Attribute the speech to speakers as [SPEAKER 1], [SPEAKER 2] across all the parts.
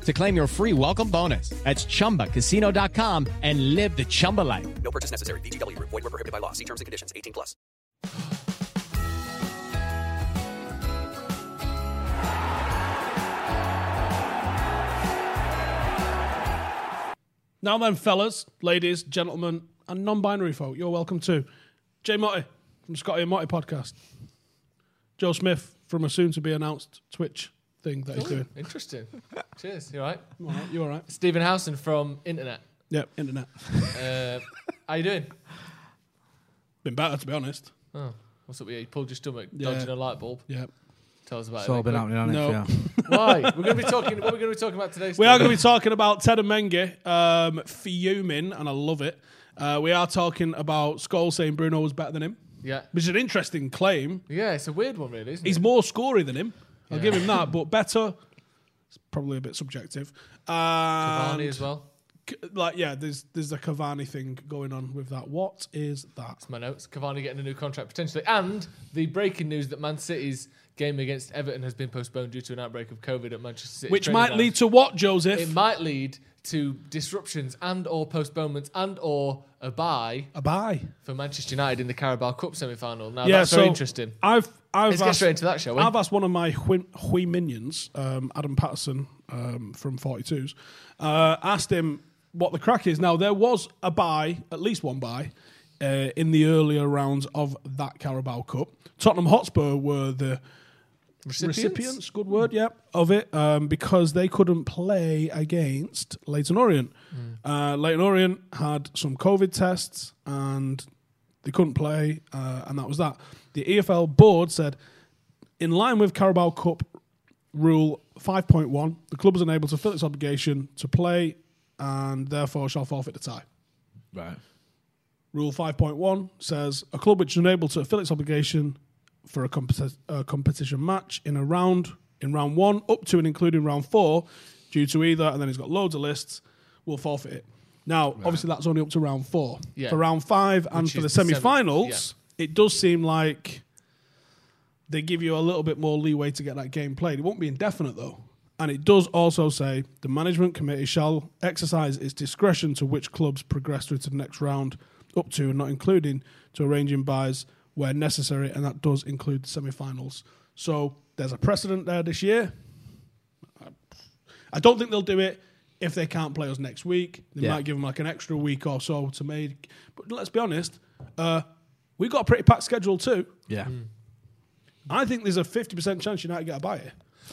[SPEAKER 1] to claim your free welcome bonus. That's ChumbaCasino.com and live the Chumba life.
[SPEAKER 2] No purchase necessary. BGW. Void were prohibited by law. See terms and conditions. 18 plus.
[SPEAKER 3] Now then, fellas, ladies, gentlemen, and non-binary folk, you're welcome to Jay Motti from Scotty and Motti podcast. Joe Smith from a soon-to-be announced Twitch thing that he's doing.
[SPEAKER 4] Interesting. Cheers. You all right?
[SPEAKER 3] All right, you all right?
[SPEAKER 4] Stephen Howson from Internet.
[SPEAKER 3] Yep, internet.
[SPEAKER 4] Uh, how you doing?
[SPEAKER 3] Been better, to be honest.
[SPEAKER 4] Oh, what's up with you? You pulled your stomach,
[SPEAKER 3] Yeah.
[SPEAKER 4] dodging a light bulb.
[SPEAKER 3] Yeah.
[SPEAKER 4] Tell us about
[SPEAKER 5] It's all
[SPEAKER 4] it.
[SPEAKER 5] been happening on
[SPEAKER 3] No.
[SPEAKER 5] it, yeah.
[SPEAKER 4] Why? We're going to be talking. What are we going to be talking about today?
[SPEAKER 3] We are going to be talking about Ted and Menge um, fuming, and I love it. Uh, we are talking about Scholes saying Bruno was better than him,
[SPEAKER 4] Yeah.
[SPEAKER 3] which is an interesting claim.
[SPEAKER 4] Yeah, it's a weird one, really, isn't
[SPEAKER 3] He's
[SPEAKER 4] it?
[SPEAKER 3] more scory than him. I'll
[SPEAKER 4] Yeah.
[SPEAKER 3] give him that, but better. It's probably a bit subjective. Um,
[SPEAKER 4] Barney as well.
[SPEAKER 3] C- like yeah, there's there's a Cavani thing going on with that. What is that?
[SPEAKER 4] My notes. Cavani getting a new contract potentially, and the breaking news that Man City's game against Everton has been postponed due to an outbreak of COVID at Manchester City.
[SPEAKER 3] Which might lead to what, Joseph?
[SPEAKER 4] It might lead to disruptions and or postponements and or a bye
[SPEAKER 3] a bye.
[SPEAKER 4] for Manchester United in the Carabao Cup semi-final. Now
[SPEAKER 3] yeah,
[SPEAKER 4] that's
[SPEAKER 3] so
[SPEAKER 4] very interesting.
[SPEAKER 3] I've I've
[SPEAKER 4] Let's get
[SPEAKER 3] asked,
[SPEAKER 4] straight into that, shall we?
[SPEAKER 3] I've asked one of my Hui, Hui minions, um, Adam Patterson um, from 42s, uh, asked him what the crack is. Now there was a buy, at least one buy, uh, in the earlier rounds of that Carabao Cup. Tottenham Hotspur were the
[SPEAKER 4] Recipients?
[SPEAKER 3] recipients, good word, yeah, of it, um, because they couldn't play against Leighton Orient. Uh, Leighton Orient had some COVID tests and they couldn't play, uh, and that was that. The EFL board said, in line with Carabao Cup rule 5.1, the club is unable to fill its obligation to play and therefore shall forfeit the tie.
[SPEAKER 5] Right.
[SPEAKER 3] Rule 5.1 says a club which is unable to fulfill its obligation for a, competi- a competition match in a round, in round one, up to and including round four, due to either, and then he's got loads of lists, will forfeit it. Now, obviously, that's only up to round four.
[SPEAKER 4] Yeah.
[SPEAKER 3] For round five and
[SPEAKER 4] Which
[SPEAKER 3] for the
[SPEAKER 4] is the
[SPEAKER 3] semi
[SPEAKER 4] seventh,
[SPEAKER 3] finals, it does seem like they give you a little bit more leeway to get that game played. It won't be indefinite though. And it does also say the management committee shall exercise its discretion to which clubs progress through to the next round, up to and not including to arranging buys where necessary, and that does include the semi-finals. So there's a precedent there this year. I don't think they'll do it if they can't play us next week. They
[SPEAKER 5] Yeah.
[SPEAKER 3] might give them like an extra week or so to make. But let's be honest, uh, we got a pretty packed schedule too.
[SPEAKER 5] Yeah.
[SPEAKER 4] Hmm.
[SPEAKER 3] I think there's a 50% chance United get a buy here.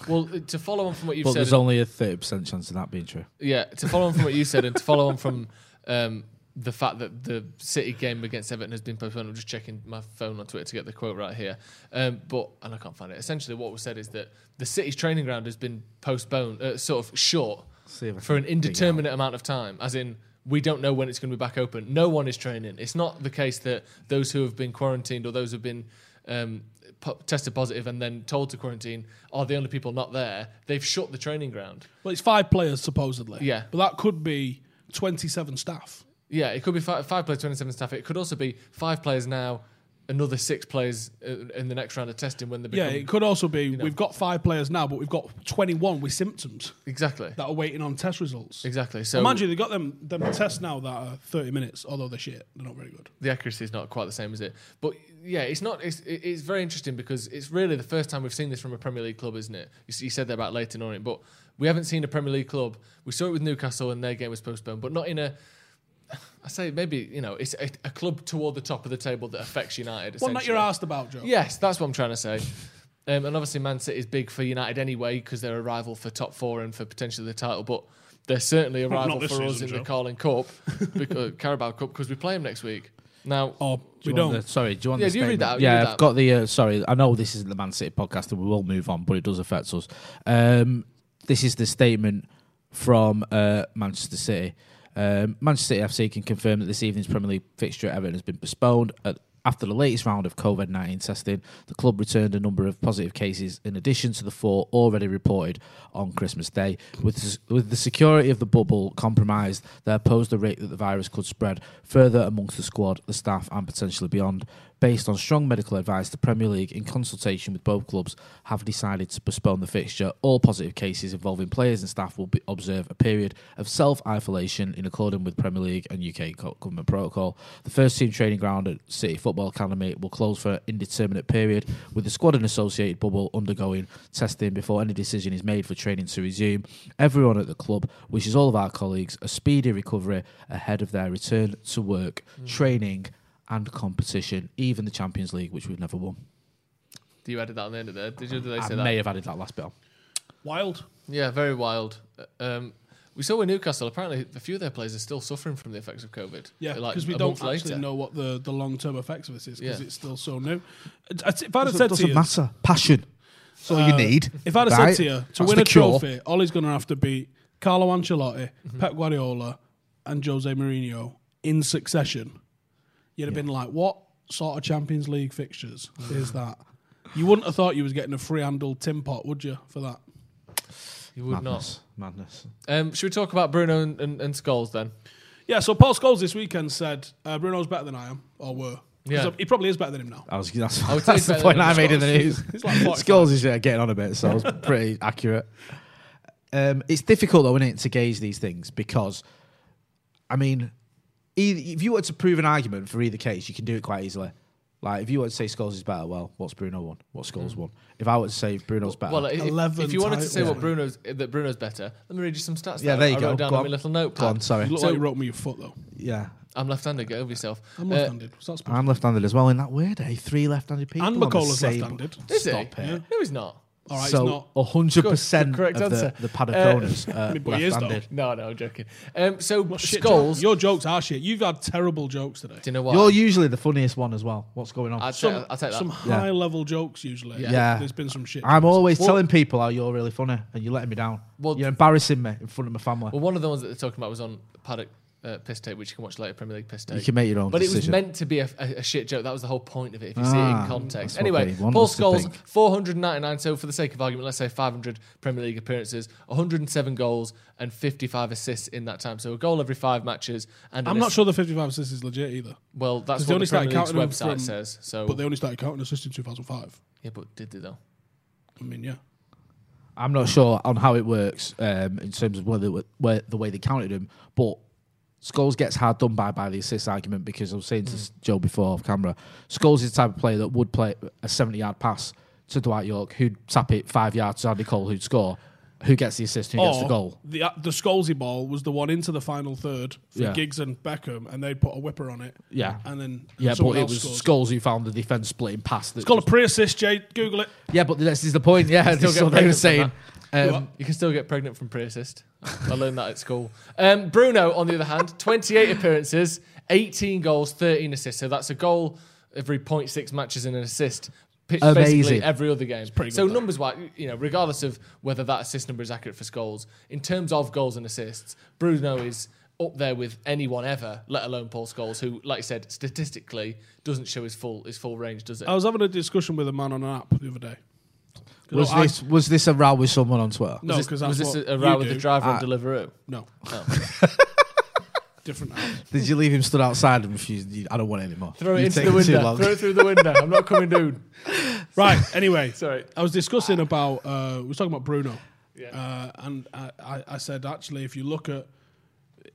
[SPEAKER 4] Well, uh, to follow on from what you've
[SPEAKER 5] But
[SPEAKER 4] said,
[SPEAKER 5] there's only a 30% chance of that being true.
[SPEAKER 4] yeah, to follow on from what you said, and to follow on from um, the fact that the City game against Everton has been postponed. I'm just checking my phone on Twitter to get the quote right here, um, but and I can't find it. Essentially, what was said is that the City's training ground has been postponed, uh, sort of short
[SPEAKER 5] See if I
[SPEAKER 4] for an
[SPEAKER 5] can dig it out.
[SPEAKER 4] indeterminate amount of time, as in. We don't know when it's going to be back open. No one is training. It's not the case that those who have been quarantined or those who've been um, po- tested positive and then told to quarantine are the only people not there. They've shut the training ground.
[SPEAKER 3] Well, it's five players supposedly.
[SPEAKER 4] Yeah.
[SPEAKER 3] But that could be 27 staff.
[SPEAKER 4] Yeah, it could be five, five players, 27 staff. It could also be five players now, another six players uh, in the next round of testing when they
[SPEAKER 3] Yeah,
[SPEAKER 4] become
[SPEAKER 3] it could also be
[SPEAKER 4] know.
[SPEAKER 3] we've got five players now, but we've got 21 with symptoms
[SPEAKER 4] exactly
[SPEAKER 3] that are waiting on test results.
[SPEAKER 4] exactly. So
[SPEAKER 3] Imagine they got them them tests now that are 30 minutes, although they're shit. They're not very good.
[SPEAKER 4] the accuracy is not quite the same, is it? But yeah, it's not. It's, it- it's very interesting because it's really the first time we've seen this from a Premier League club, isn't it? You, s- you said that about Leighton Orient, but we haven't seen a Premier League club. We saw it with Newcastle, and their game was postponed, but not in a. I say maybe you know it's a, a club toward the top of the table that affects United.
[SPEAKER 3] One that you're
[SPEAKER 4] essentially.
[SPEAKER 3] asked about, Joe.
[SPEAKER 4] Yes, that's what I'm trying to say. Um, and obviously, Man City is big for United anyway because they're a rival for top four and for potentially the title. But they're certainly a rival
[SPEAKER 3] not
[SPEAKER 4] for
[SPEAKER 3] this
[SPEAKER 4] us
[SPEAKER 3] season,
[SPEAKER 4] in
[SPEAKER 3] Joe.
[SPEAKER 4] the Carling Cup, because, Carabao Cup, because we play them next week. Now,
[SPEAKER 3] Or
[SPEAKER 6] Do
[SPEAKER 3] we
[SPEAKER 6] you want
[SPEAKER 3] don't.
[SPEAKER 6] the- sorry, do you want
[SPEAKER 4] Yeah,
[SPEAKER 6] the
[SPEAKER 4] do you read
[SPEAKER 6] statement?
[SPEAKER 4] that out, you
[SPEAKER 6] Yeah,
[SPEAKER 4] read
[SPEAKER 6] I've
[SPEAKER 4] that out.
[SPEAKER 6] got the. Uh, sorry, I know this isn't the Man City podcast and we will move on, but it does affect us. Um, this is the statement from uh, Manchester City. Um, Manchester City FC can confirm that this evening's Premier League fixture at Everton has been postponed. At, after the latest round of COVID 19 testing, the club returned a number of positive cases in addition to the four already reported on Christmas Day. With, with the security of the bubble compromised, there posed a rate that the virus could spread further amongst the squad, the staff, and potentially beyond. Based on strong medical advice, the Premier League, in consultation with both clubs, have decided to postpone the fixture. All positive cases involving players and staff will be, observe a period of self isolation in accordance with Premier League and UK co- government protocol. The first team training ground at City Football Academy will close for an indeterminate period, with the squad and associated bubble undergoing testing before any decision is made for training to resume. Everyone at the club wishes all of our colleagues a speedy recovery ahead of their return to work,
[SPEAKER 4] Mm.
[SPEAKER 6] training, and competition, even the Champions League, which we've never won.
[SPEAKER 4] do you added that on the end of there? Did you? Did they
[SPEAKER 6] I
[SPEAKER 4] say
[SPEAKER 6] may
[SPEAKER 4] that?
[SPEAKER 6] have added that last bit on.
[SPEAKER 3] Wild.
[SPEAKER 4] Yeah, very wild. Uh, Um, we saw with Newcastle. Apparently, a few of their players are still suffering from the effects of COVID.
[SPEAKER 3] Yeah,
[SPEAKER 4] like
[SPEAKER 3] because we
[SPEAKER 4] a
[SPEAKER 3] don't
[SPEAKER 4] month
[SPEAKER 3] actually
[SPEAKER 4] later.
[SPEAKER 3] know what the, the long term effects of this is because
[SPEAKER 4] Yeah.
[SPEAKER 3] it's still so new. It- it's- If I'd have
[SPEAKER 6] Doesn't,
[SPEAKER 3] said to
[SPEAKER 6] doesn't
[SPEAKER 3] you,
[SPEAKER 6] matter. Passion. That's all you
[SPEAKER 3] uh,
[SPEAKER 6] need.
[SPEAKER 3] if I'd have
[SPEAKER 6] right?
[SPEAKER 3] said to you to
[SPEAKER 6] That's
[SPEAKER 3] win
[SPEAKER 6] the
[SPEAKER 3] a
[SPEAKER 6] cure.
[SPEAKER 3] trophy, Ollie's going to have to beat Carlo Ancelotti,
[SPEAKER 4] Mm-hmm.
[SPEAKER 3] Pep Guardiola, and Jose Mourinho in succession, you'd have been like, what sort of Champions League fixtures is that? You wouldn't have thought you was getting a free handled tin pot, would you, for that?
[SPEAKER 4] You would
[SPEAKER 6] Madness. Madness.
[SPEAKER 4] not. Um, should we talk about Bruno and, and, and Scholes then?
[SPEAKER 3] Yeah, so Paul Scholes this weekend said uh, Bruno's better than I am, or were. 'Cause
[SPEAKER 4] Yeah.
[SPEAKER 3] He probably is better than him now.
[SPEAKER 6] I was, that's
[SPEAKER 4] would say
[SPEAKER 6] that's
[SPEAKER 4] it's
[SPEAKER 6] the
[SPEAKER 4] better
[SPEAKER 6] point
[SPEAKER 4] than
[SPEAKER 6] I made in the
[SPEAKER 4] Scholes.
[SPEAKER 6] news.
[SPEAKER 3] It's like 45.
[SPEAKER 6] Scholes is uh, getting on a bit, so I was pretty accurate. Um, it's difficult, though, isn't it, to gauge these things because, I mean, either, if you were to prove an argument for either case, you can do it quite easily. Like, if you were to say Scholes is better, well, what's Bruno won? What's Scholes won? If I were to say Bruno's better,
[SPEAKER 4] Well, uh, if, if
[SPEAKER 3] 11
[SPEAKER 4] you wanted to say what
[SPEAKER 3] titles.
[SPEAKER 4] Bruno's uh, that Bruno's better, let me read you some stats.
[SPEAKER 6] yeah,
[SPEAKER 4] that
[SPEAKER 6] there
[SPEAKER 4] I
[SPEAKER 6] you
[SPEAKER 4] wrote
[SPEAKER 6] go.
[SPEAKER 4] down
[SPEAKER 6] Go
[SPEAKER 4] on
[SPEAKER 6] on.
[SPEAKER 4] my little
[SPEAKER 6] Go on,
[SPEAKER 4] notepad.
[SPEAKER 3] You
[SPEAKER 6] sorry.
[SPEAKER 3] look
[SPEAKER 4] So-
[SPEAKER 3] like you wrote me your foot, though.
[SPEAKER 6] Yeah.
[SPEAKER 4] I'm left-handed. Get over yourself.
[SPEAKER 3] I'm
[SPEAKER 4] Uh,
[SPEAKER 3] left handed. What's that supposed
[SPEAKER 6] I'm left-handed as well. In that weird, eh? Three left-handed people.
[SPEAKER 3] And
[SPEAKER 6] on the
[SPEAKER 3] McCullough's
[SPEAKER 6] same-
[SPEAKER 3] left-handed.
[SPEAKER 4] Uh, is he?
[SPEAKER 6] Stop it.
[SPEAKER 4] No, he's not.
[SPEAKER 3] All right, it's
[SPEAKER 6] So
[SPEAKER 3] not.
[SPEAKER 6] a hundred percent
[SPEAKER 4] Correct
[SPEAKER 6] of
[SPEAKER 4] answer.
[SPEAKER 6] the, the paddock
[SPEAKER 4] Uh,
[SPEAKER 6] owners uh,
[SPEAKER 3] but he is, though.
[SPEAKER 6] left-handed.
[SPEAKER 4] No, no, I'm joking. Um, so
[SPEAKER 3] Shit,
[SPEAKER 4] Scholes.
[SPEAKER 3] Joe, Your jokes are shit. You've had terrible jokes today.
[SPEAKER 4] do you know what?
[SPEAKER 6] You're usually the funniest one as well. What's going on?
[SPEAKER 4] I'll take,
[SPEAKER 3] Some,
[SPEAKER 4] I'll take that.
[SPEAKER 3] some
[SPEAKER 6] Yeah.
[SPEAKER 3] high level jokes usually.
[SPEAKER 6] Yeah.
[SPEAKER 3] There's been some shit.
[SPEAKER 6] I'm always
[SPEAKER 4] Well-
[SPEAKER 6] telling people how you're really funny, and you're letting me down.
[SPEAKER 4] Well-
[SPEAKER 6] you're embarrassing me in front of my family.
[SPEAKER 4] Well, one of the ones that they're talking about was on Paddock uh, Piss Tape, which you can watch later, Premier League Piss Tape.
[SPEAKER 6] You can make your own
[SPEAKER 4] But it was
[SPEAKER 6] decision.
[SPEAKER 4] meant to be a, a, a shit joke. That was the whole point of it, if you see it
[SPEAKER 6] Ah,
[SPEAKER 4] in context.
[SPEAKER 6] that's what
[SPEAKER 4] Anyway,
[SPEAKER 6] they want
[SPEAKER 4] Paul
[SPEAKER 6] us to
[SPEAKER 4] Scholes,
[SPEAKER 6] think.
[SPEAKER 4] 499. So, for the sake of argument, let's say 500 Premier League appearances, 107 goals, and 55 assists in that time. So, a goal every five matches. And
[SPEAKER 3] I'm
[SPEAKER 4] an
[SPEAKER 3] not
[SPEAKER 4] ass-
[SPEAKER 3] sure the 55 assists is legit either.
[SPEAKER 4] Well, that's
[SPEAKER 3] Because they
[SPEAKER 4] what
[SPEAKER 3] only
[SPEAKER 4] the Premier
[SPEAKER 3] started
[SPEAKER 4] League's
[SPEAKER 3] counting them
[SPEAKER 4] website
[SPEAKER 3] from-
[SPEAKER 4] says. So,
[SPEAKER 3] But they only started counting assists in 2005.
[SPEAKER 4] yeah, but did they though?
[SPEAKER 3] I mean, yeah.
[SPEAKER 6] I'm not sure on how it works um, in terms of whether where the way they counted him, but Scholes gets hard done by by the assist argument because I was saying
[SPEAKER 4] Mm.
[SPEAKER 6] to Joe before off camera, Scholes is the type of player that would play a 70 yard pass to Dwight York, who'd tap it five yards to Andy Cole, who'd score. Who gets the assist? Who
[SPEAKER 4] Oh.
[SPEAKER 6] gets the
[SPEAKER 3] Or
[SPEAKER 6] goal?
[SPEAKER 3] The, uh, the Scholesy ball was the one into the final third for
[SPEAKER 6] Yeah.
[SPEAKER 3] Giggs and Beckham, and they put a whipper on it.
[SPEAKER 6] Yeah.
[SPEAKER 3] And then
[SPEAKER 6] Yeah, but
[SPEAKER 3] someone
[SPEAKER 6] it
[SPEAKER 3] else
[SPEAKER 6] was
[SPEAKER 3] scored.
[SPEAKER 6] Scholes who found the defence splitting pass. That
[SPEAKER 3] It's called a pre assist, Jade. Google it.
[SPEAKER 6] yeah, but this is the point. Yeah,
[SPEAKER 4] Still
[SPEAKER 6] this is
[SPEAKER 4] get
[SPEAKER 6] what they were
[SPEAKER 4] pregnant
[SPEAKER 6] saying.
[SPEAKER 4] from that.
[SPEAKER 6] Um,
[SPEAKER 4] you can still get pregnant from pre-assist. I learned that at school. Um, Bruno, on the other hand, 28 appearances, 18 goals, 13 assists. So that's a goal every 0.6 matches and an assist. P- Basically
[SPEAKER 6] Amazing.
[SPEAKER 4] every other game.
[SPEAKER 3] pretty good,
[SPEAKER 4] so
[SPEAKER 3] though.
[SPEAKER 4] numbers wise, you know, regardless of whether that assist number is accurate for goals, in terms of goals and assists, Bruno is up there with anyone ever, let alone Paul Scholes, who, like I said, statistically doesn't show his full his full range, does it?
[SPEAKER 3] I was having a discussion with a man on an app the other day. Oh,
[SPEAKER 6] was
[SPEAKER 3] I-
[SPEAKER 6] this was this a row with someone on Twitter?
[SPEAKER 3] No,
[SPEAKER 4] was
[SPEAKER 3] because
[SPEAKER 4] this, was
[SPEAKER 3] that's
[SPEAKER 4] this
[SPEAKER 3] what
[SPEAKER 4] a, a
[SPEAKER 3] you
[SPEAKER 4] row with
[SPEAKER 3] do.
[SPEAKER 4] the driver on Deliveroo?
[SPEAKER 3] No. different house.
[SPEAKER 6] Did you leave him stood outside and refuse? you- I don't want it anymore.
[SPEAKER 4] Throw it
[SPEAKER 6] You're
[SPEAKER 4] into the
[SPEAKER 6] taking too
[SPEAKER 4] window.
[SPEAKER 6] long.
[SPEAKER 4] Throw it through the window. I'm not coming down.
[SPEAKER 3] Right. Anyway,
[SPEAKER 4] Sorry.
[SPEAKER 3] I was discussing about uh, we were talking about Bruno, uh, and I, I, I said actually if you look at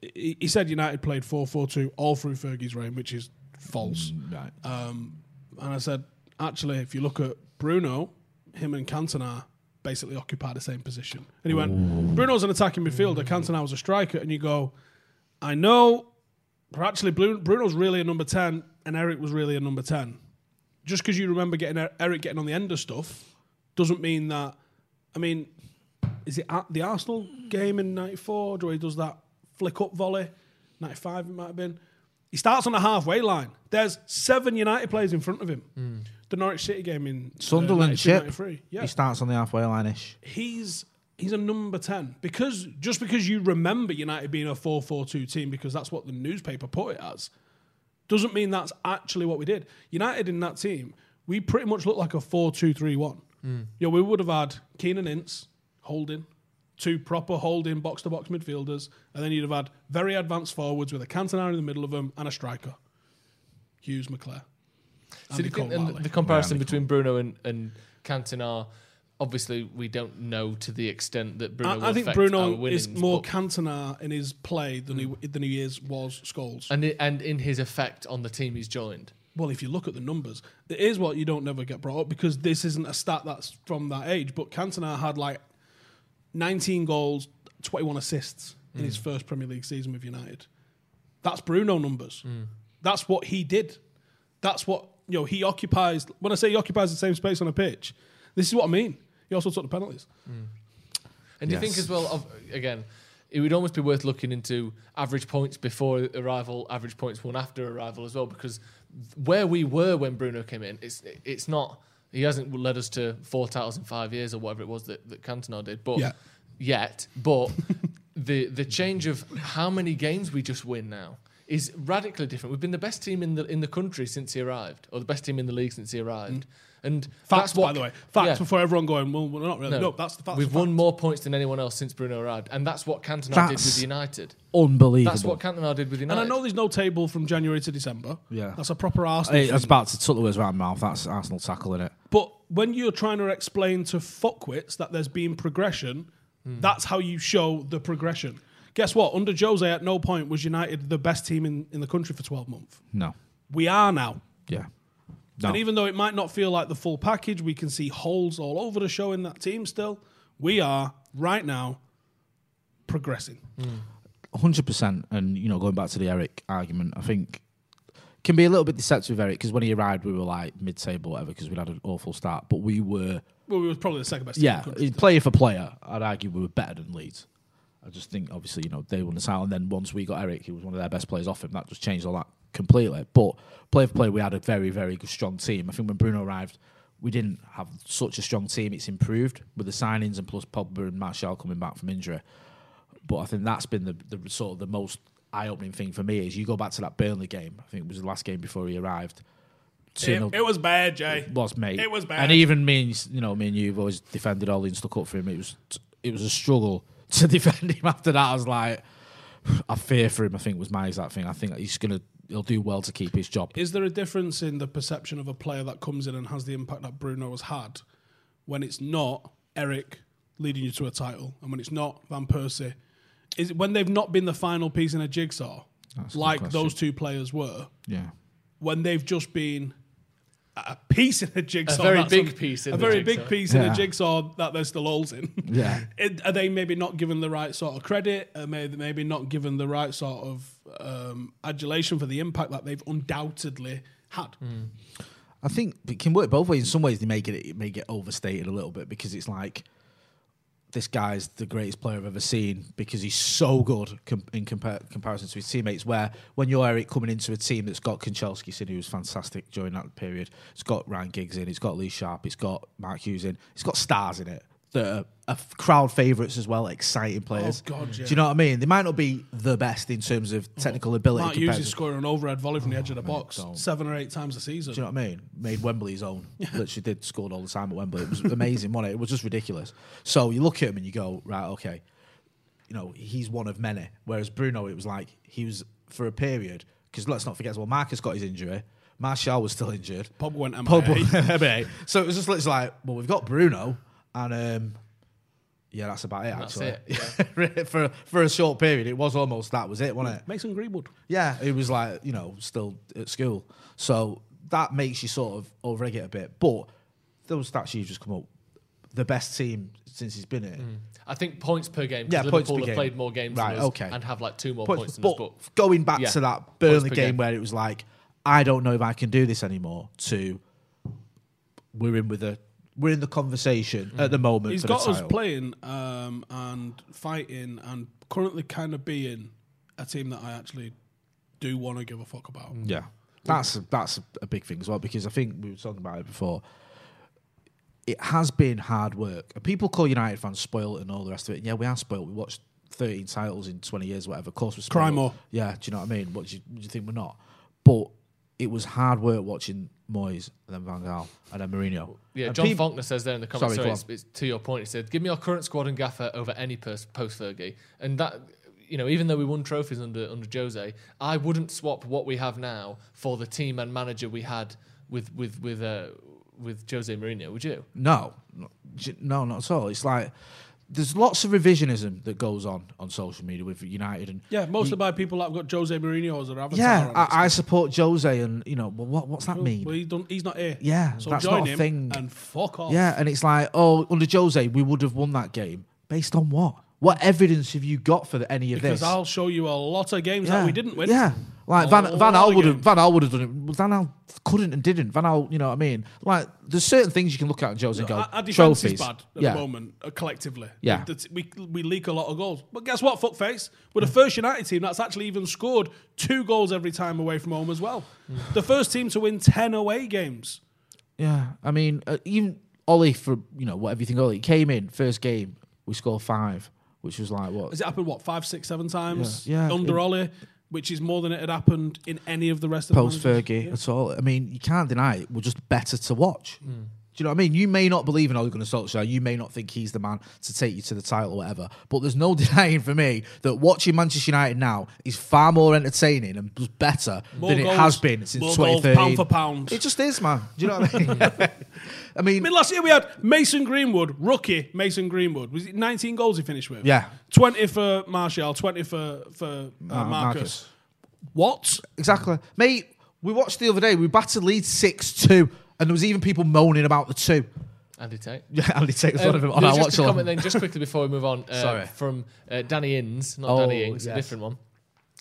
[SPEAKER 3] he, he said United played 4-4-2 all through Fergie's reign, which is false. Um,
[SPEAKER 6] Right.
[SPEAKER 3] And I said actually if you look at Bruno, him and Cantona basically occupy the same position. And he went, Bruno's an attacking midfielder, Cantona was a striker, and you go, I know, but actually Bru- Bruno's really a number ten, and Eric was really a number ten. Just because you remember getting Er- Eric getting on the end of stuff doesn't mean that. I mean, is it at the Arsenal game in '94 where he does that flick up volley? '95 it might have been. He starts on the halfway line. There's seven United players in front of him. The Norwich City game in uh,
[SPEAKER 6] Sunderland
[SPEAKER 3] 92,
[SPEAKER 6] chip.
[SPEAKER 3] 93. Yeah
[SPEAKER 6] He starts on the halfway line ish.
[SPEAKER 3] he's he's a number 10 because just because you remember united being a 4-4-2 team because that's what the newspaper put it as doesn't mean that's actually what we did united in that team we pretty much looked like a 4-2-3-1 yeah we would have had keenan ince holding two proper holding box-to-box midfielders and then you'd have had very advanced forwards with a cantona in the middle of them and a striker hughes mcclare
[SPEAKER 4] So the,
[SPEAKER 3] Andy Cole
[SPEAKER 4] and
[SPEAKER 3] Watley.
[SPEAKER 4] the comparison between Bruno and, and Cantona, obviously, we don't know to the extent that Bruno. will
[SPEAKER 3] I, I think
[SPEAKER 4] affect our
[SPEAKER 3] Bruno
[SPEAKER 4] winnings,
[SPEAKER 3] is more
[SPEAKER 4] but-
[SPEAKER 3] Cantona in his play than he than he is was Scholes.
[SPEAKER 4] and i- and in his effect on the team he's joined.
[SPEAKER 3] well, if you look at the numbers, it is what you don't never get brought up because this isn't a stat that's from that age. But Cantona had like 19 goals, 21 assists in
[SPEAKER 4] Hmm.
[SPEAKER 3] his first Premier League season with United. That's Bruno numbers.
[SPEAKER 4] Hmm.
[SPEAKER 3] That's what he did. That's what you know. He occupies. When I say he occupies the same space on a pitch, this is what I mean. He also took the penalties.
[SPEAKER 4] And do you think as well of again, it would almost be worth looking into average points before arrival, average points won after arrival as well, because where we were when Bruno came in, it's it's not he hasn't led us to four titles in five years or whatever it was that, that Cantona did, but
[SPEAKER 3] Yeah.
[SPEAKER 4] yet, but the the change of how many games we just win now is radically different. We've been the best team in the in the country since he arrived, or the best team in the league since he arrived, and
[SPEAKER 3] Mm. Facts,
[SPEAKER 4] that's what,
[SPEAKER 3] by the way. Facts
[SPEAKER 4] yeah.
[SPEAKER 3] before everyone going. Well, we're not really. No, that's the facts.
[SPEAKER 4] We've
[SPEAKER 3] the
[SPEAKER 4] won
[SPEAKER 3] facts.
[SPEAKER 4] more points than anyone else since Bruno arrived, and that's what Cantona did with
[SPEAKER 6] That's
[SPEAKER 4] United.
[SPEAKER 6] Unbelievable.
[SPEAKER 4] That's what Cantona did with
[SPEAKER 3] And
[SPEAKER 4] United.
[SPEAKER 3] I know there's no table from January to December.
[SPEAKER 6] Yeah.
[SPEAKER 3] That's a proper Arsenal.
[SPEAKER 6] Hey, I
[SPEAKER 3] thing.
[SPEAKER 6] was about to tuck the words out of my mouth. That's Arsenal tackling it.
[SPEAKER 3] But when you're trying to explain to fuckwits that there's been progression,
[SPEAKER 6] Hmm.
[SPEAKER 3] that's how you show the progression. Guess what? Under Jose, at no point was United the best team in, in the country for 12 months.
[SPEAKER 6] No.
[SPEAKER 3] We are now.
[SPEAKER 6] Yeah. No.
[SPEAKER 3] And even though it might not feel like the full package, we can see holes all over the show in that team still. We are right now progressing.
[SPEAKER 6] hundred percent. And you know, going back to the Eric argument, I think can be a little bit deceptive, Eric, because when he arrived, we were like mid-table, whatever, because we'd had an awful start, but we were
[SPEAKER 3] Well, we were probably the second best
[SPEAKER 6] yeah,
[SPEAKER 3] team in the country.
[SPEAKER 6] it- player for player, I'd argue we were better than Leeds. I just think, obviously, you know, they won the title, and then once we got Eric, he was one of their best players off him. That just changed all that completely. But player for player, we had a very, very good, strong team. I think when Bruno arrived, we didn't have such a strong team. It's improved with the signings and plus Pogba and Martial coming back from injury. But I think that's been the, the sort of the most eye-opening thing for me is you go back to that Burnley game. I think it was the last game before he arrived. 2-0
[SPEAKER 3] It, it was bad, Jay.
[SPEAKER 6] was mate.
[SPEAKER 3] It was bad.
[SPEAKER 6] And even me, and, you know, me and you've always defended Ollie and stuck up for him. It was it was a struggle to defend him after that. I was like, I fear for him. I think was my exact thing. I think he's gonna he'll do well to keep his job.
[SPEAKER 3] Is there a difference in the perception of a player that comes in and has the impact that Bruno has had when it's not Eric leading you to a title and when it's not Van Persie? Is it when they've not been the final piece in a jigsaw,
[SPEAKER 6] That's a good
[SPEAKER 3] like
[SPEAKER 6] question.
[SPEAKER 3] those two players were,
[SPEAKER 6] yeah,
[SPEAKER 3] when they've just been a piece in a jigsaw,
[SPEAKER 4] very
[SPEAKER 3] that's
[SPEAKER 4] big piece in
[SPEAKER 3] a
[SPEAKER 4] the
[SPEAKER 3] very
[SPEAKER 4] jigsaw.
[SPEAKER 3] big piece in
[SPEAKER 6] Yeah.
[SPEAKER 3] a jigsaw that there's still holes in.
[SPEAKER 6] Yeah.
[SPEAKER 3] It- are they maybe not given the right sort of credit? Are maybe maybe not given the right sort of um, adulation for the impact that they've undoubtedly had?
[SPEAKER 4] Hmm.
[SPEAKER 6] I think it can work both ways. In some ways, they make it it may get overstated a little bit because it's like this guy's the greatest player I've ever seen because he's so good com- in compar- comparison to his teammates. Where when you're Eric coming into a team that's got Kanchelskis in, who was fantastic during that period, it's got Ryan Giggs in, it's got Lee Sharp, it's got Mark Hughes in, it's got stars in it that are, are crowd favourites as well, exciting players.
[SPEAKER 3] Oh, God, yeah. Oh,
[SPEAKER 6] Do you know what I mean? They might not be the best in terms of technical ability.
[SPEAKER 3] Mark
[SPEAKER 6] compared
[SPEAKER 3] Hughes is
[SPEAKER 6] to-
[SPEAKER 3] scoring an overhead volley from the edge of the box
[SPEAKER 6] Oh, don't.
[SPEAKER 3] seven or eight times a season.
[SPEAKER 6] Do you know what I mean? Made Wembley his own. Literally did scored all the time at Wembley. It was amazing, wasn't it? It was just ridiculous. So you look at him and you go, right, okay, you know, he's one of many. Whereas Bruno, it was like he was for a period because let's not forget as well, Marcus got his injury. Martial was still injured.
[SPEAKER 3] Pogba went
[SPEAKER 6] Pogba
[SPEAKER 3] MIA.
[SPEAKER 6] went MIA. So it was just literally like, well, we've got Bruno, and um, yeah, that's about it.
[SPEAKER 4] That's
[SPEAKER 6] Actually,
[SPEAKER 4] it,
[SPEAKER 6] for for a short period, it was almost that was it, wasn't it?
[SPEAKER 3] Mason Greenwood.
[SPEAKER 6] Yeah, it was like, you know, still at school. So that makes you sort of over it a bit. But those stats you've just come up, the best team since he's been here.
[SPEAKER 4] I think points per game. 'cause
[SPEAKER 6] Yeah, points
[SPEAKER 4] Mm. Liverpool
[SPEAKER 6] per
[SPEAKER 4] have
[SPEAKER 6] game.
[SPEAKER 4] played more games
[SPEAKER 6] Right,
[SPEAKER 4] than us
[SPEAKER 6] okay.
[SPEAKER 4] and have like two more
[SPEAKER 6] But-
[SPEAKER 4] points than us.
[SPEAKER 6] but
[SPEAKER 4] But
[SPEAKER 6] going back
[SPEAKER 4] yeah,
[SPEAKER 6] to that
[SPEAKER 4] points
[SPEAKER 6] Burnley
[SPEAKER 4] per
[SPEAKER 6] game,
[SPEAKER 4] game.
[SPEAKER 6] where it was like, I don't know if I can do this anymore, to we're in with a we're in the conversation at the
[SPEAKER 4] Mm.
[SPEAKER 6] moment.
[SPEAKER 3] He's
[SPEAKER 6] for
[SPEAKER 3] got
[SPEAKER 6] the
[SPEAKER 3] us
[SPEAKER 6] title.
[SPEAKER 3] playing um, and fighting and currently kind of being a team that I actually do want to give a fuck about.
[SPEAKER 6] Yeah, Mm. that's that's a big thing as well because I think we were talking about it before. It has been hard work, and people call United fans spoiled and all the rest of it. yeah, we are spoiled. We watched thirteen titles in twenty years, whatever. Of course, we're spoiled.
[SPEAKER 3] Cry more.
[SPEAKER 6] Yeah, do you know what I mean? What do you, do you think we're not? But it was hard work watching Moyes and then Van Gaal and then Mourinho.
[SPEAKER 4] yeah,
[SPEAKER 6] And
[SPEAKER 4] John
[SPEAKER 6] peop-
[SPEAKER 4] Faulkner says there in the comments.
[SPEAKER 6] Sorry,
[SPEAKER 4] Sorry,
[SPEAKER 6] go
[SPEAKER 4] it's, it's to your point. He said, "Give me your current squad and Gaffer over any pers- post Fergie." And that, you know, even though we won trophies under under Jose, I wouldn't swap what we have now for the team and manager we had with with with uh, with Jose Mourinho. Would you?
[SPEAKER 6] No, no, j- no, not at all. It's like there's lots of revisionism that goes on on social media with United and
[SPEAKER 3] Yeah, mostly by people that have got Jose Mourinho as their avatar.
[SPEAKER 6] Yeah,
[SPEAKER 3] on it.
[SPEAKER 6] I, I support Jose, and you know, well, what what's that mean?
[SPEAKER 3] Well, he don't, he's not here.
[SPEAKER 6] Yeah,
[SPEAKER 3] so
[SPEAKER 6] that's
[SPEAKER 3] join
[SPEAKER 6] not a
[SPEAKER 3] him
[SPEAKER 6] thing.
[SPEAKER 3] and fuck off.
[SPEAKER 6] yeah, and it's like, oh, under Jose, we would have won that game based on what? What evidence have you got for the, any of
[SPEAKER 3] because
[SPEAKER 6] this?
[SPEAKER 3] I'll show you a lot of games that we didn't win.
[SPEAKER 6] Yeah, like
[SPEAKER 3] A
[SPEAKER 6] Van Van
[SPEAKER 3] lot
[SPEAKER 6] Al
[SPEAKER 3] of
[SPEAKER 6] would have
[SPEAKER 3] games.
[SPEAKER 6] Van Al would have done it. Well, Van Al couldn't and didn't. Van Al, you know what I mean? Like, there's certain things you can look at in Jose and go
[SPEAKER 3] Our, our defense is
[SPEAKER 6] trophies.
[SPEAKER 3] bad at
[SPEAKER 6] yeah,
[SPEAKER 3] the moment, uh, collectively.
[SPEAKER 6] Yeah.
[SPEAKER 3] The t- we, we leak a lot of goals. But guess what, fuckface? We're the
[SPEAKER 6] Mm.
[SPEAKER 3] first United team that's actually even scored two goals every time away from home as well.
[SPEAKER 6] Mm.
[SPEAKER 3] the first team to win 10 away games.
[SPEAKER 6] yeah. I mean, uh, even Ollie for you know whatever you think. Ollie he came in first game, we scored five, which was like what?
[SPEAKER 3] Has it happened, what, five, six, seven times
[SPEAKER 6] Yeah. Yeah,
[SPEAKER 3] under
[SPEAKER 6] it-
[SPEAKER 3] Ollie, which is more than it had happened in any of the rest of the
[SPEAKER 6] post Fergie at all. I mean, you can't deny it. We're just better to watch.
[SPEAKER 3] Mm.
[SPEAKER 6] Do you know what I mean? You may not believe in Ole Gunnar Solskjaer. You may not think he's the man to take you to the title or whatever. But there's no denying for me that watching Manchester United now is far more entertaining and just better
[SPEAKER 3] More
[SPEAKER 6] than it
[SPEAKER 3] goals,
[SPEAKER 6] has been since
[SPEAKER 3] more goals,
[SPEAKER 6] 2013.
[SPEAKER 3] pound for pound.
[SPEAKER 6] It just is, man. Do you know what I mean? I mean,
[SPEAKER 3] I mean, last year we had Mason Greenwood, rookie Mason Greenwood. Was it 19 goals he finished with?
[SPEAKER 6] Yeah.
[SPEAKER 3] 20 for Martial, 20 for, for uh,
[SPEAKER 6] uh,
[SPEAKER 3] Marcus. What?
[SPEAKER 6] Exactly. Mate, we watched the other day. We battered Leeds 6-2 and there was even people moaning about the two.
[SPEAKER 4] Andy Tate.
[SPEAKER 6] Yeah, Andy takes one of them Oh, on
[SPEAKER 4] there's
[SPEAKER 6] our
[SPEAKER 4] just
[SPEAKER 6] watch
[SPEAKER 4] a
[SPEAKER 6] along.
[SPEAKER 4] comment then, just quickly before we move on, uh,
[SPEAKER 6] Sorry.
[SPEAKER 4] from uh, Danny Inns, not
[SPEAKER 6] Oh,
[SPEAKER 4] Danny Ings, a
[SPEAKER 6] yes.
[SPEAKER 4] different one.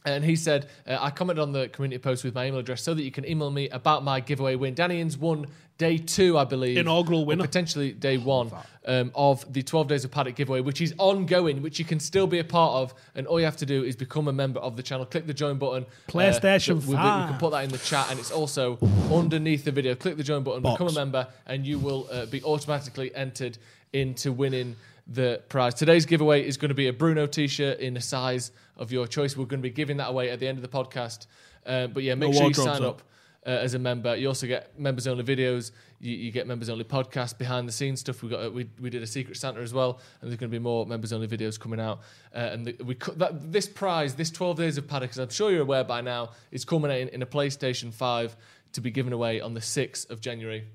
[SPEAKER 4] And he said, uh, I commented on the community post with my email address so that you can email me about my giveaway win. Danny Inns won day two, I believe.
[SPEAKER 3] Inaugural
[SPEAKER 4] or
[SPEAKER 3] winner.
[SPEAKER 4] Potentially day
[SPEAKER 6] Oh,
[SPEAKER 4] one um, of the 12 Days of Paddock giveaway, which is ongoing, which you can still be a part of. And all you have to do is become a member of the channel. Click the join button. uh,
[SPEAKER 3] PlayStation
[SPEAKER 4] we- we- we can
[SPEAKER 3] 5.
[SPEAKER 4] put that in the chat, and it's also underneath the video. Click the join button, become a member, and you will uh, be automatically entered into winning the prize. Today's giveaway is going to be a Bruno T-shirt in a size of your choice. We're going to be giving that away at the end of the podcast. Uh, but yeah, make
[SPEAKER 3] No
[SPEAKER 4] sure you
[SPEAKER 3] wardrobes
[SPEAKER 4] sign
[SPEAKER 3] up.
[SPEAKER 4] up uh, as a member. You also get members only videos. You, you get members only podcasts, behind the scenes stuff. We got uh, we, we did a secret Santa as well, and there's going to be more members only videos coming out. Uh, and the, we cu- that, this prize, this 12 days of paddock, as I'm sure you're aware by now, is culminating in a PlayStation 5 to be given away on the 6th of January.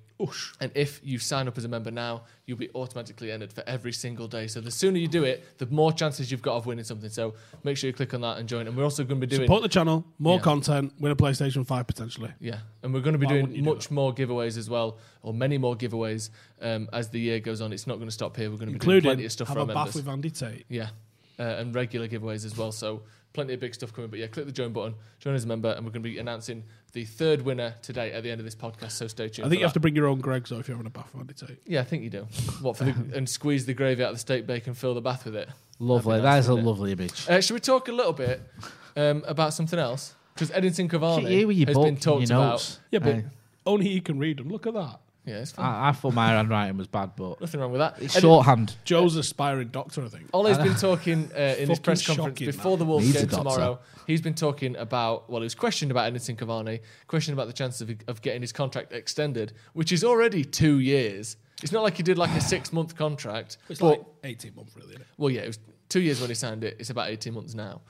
[SPEAKER 4] And if you sign up as a member now, you'll be automatically entered for every single day. So the sooner you do it, the more chances you've got of winning something. So make sure you click on that and join. And we're also going to be doing
[SPEAKER 3] Support the channel, more
[SPEAKER 4] Yeah.
[SPEAKER 3] content, win a PlayStation 5 potentially.
[SPEAKER 4] yeah, and we're going to be
[SPEAKER 3] Why wouldn't
[SPEAKER 4] doing
[SPEAKER 3] you do
[SPEAKER 4] much more giveaways as well, or many more giveaways um, as the year goes on. It's not going to stop here. We're going to be doing
[SPEAKER 3] Including
[SPEAKER 4] plenty of stuff
[SPEAKER 3] have
[SPEAKER 4] for our
[SPEAKER 3] a
[SPEAKER 4] members.
[SPEAKER 3] bath with Andy Tate.
[SPEAKER 4] yeah, uh, and regular giveaways as well. So plenty of big stuff coming. But yeah, click the join button, join as a member, and we're going to be announcing the third winner today at the end of this podcast. So stay tuned.
[SPEAKER 3] I
[SPEAKER 4] for
[SPEAKER 3] think you have
[SPEAKER 4] that.
[SPEAKER 3] to bring your own Greg, though, if you're having a bath with Andy Tate.
[SPEAKER 4] Yeah, I think you do. What for? The, and squeeze the gravy out of the steak bake and fill the bath with it.
[SPEAKER 5] Lovely.
[SPEAKER 4] That'd be
[SPEAKER 5] That
[SPEAKER 4] nice,
[SPEAKER 5] is a
[SPEAKER 4] wouldn't it?
[SPEAKER 5] lovely image.
[SPEAKER 4] Uh, should we talk a little bit um, about something else? Because Edinson
[SPEAKER 5] Look at you with
[SPEAKER 4] Cavani
[SPEAKER 5] your
[SPEAKER 4] has
[SPEAKER 5] book
[SPEAKER 4] been
[SPEAKER 5] and your
[SPEAKER 4] talked about.
[SPEAKER 5] notes.
[SPEAKER 3] Yeah, but
[SPEAKER 5] Aye.
[SPEAKER 3] only he can read them. Look at that.
[SPEAKER 4] Yeah, it's fine.
[SPEAKER 5] I, I thought my handwriting was bad, but
[SPEAKER 4] Nothing wrong with that.
[SPEAKER 5] it's
[SPEAKER 4] Edi-
[SPEAKER 5] shorthand.
[SPEAKER 3] Joe's aspiring doctor, I think.
[SPEAKER 4] Ollie's been talking uh, in his
[SPEAKER 3] Fucking
[SPEAKER 4] press conference
[SPEAKER 3] shocking,
[SPEAKER 4] before
[SPEAKER 3] man.
[SPEAKER 4] the Wolves
[SPEAKER 5] Needs a
[SPEAKER 4] game
[SPEAKER 5] doctor.
[SPEAKER 4] tomorrow. He's been talking about, well, he was questioned about Edinson Cavani, questioned about the chances of, of getting his contract extended, which is already two years. It's not like he did like a six month contract.
[SPEAKER 3] It's
[SPEAKER 4] but-
[SPEAKER 3] like 18 months, really. Isn't it?
[SPEAKER 4] well, yeah, it was two years when he signed it. It's about 18 months now.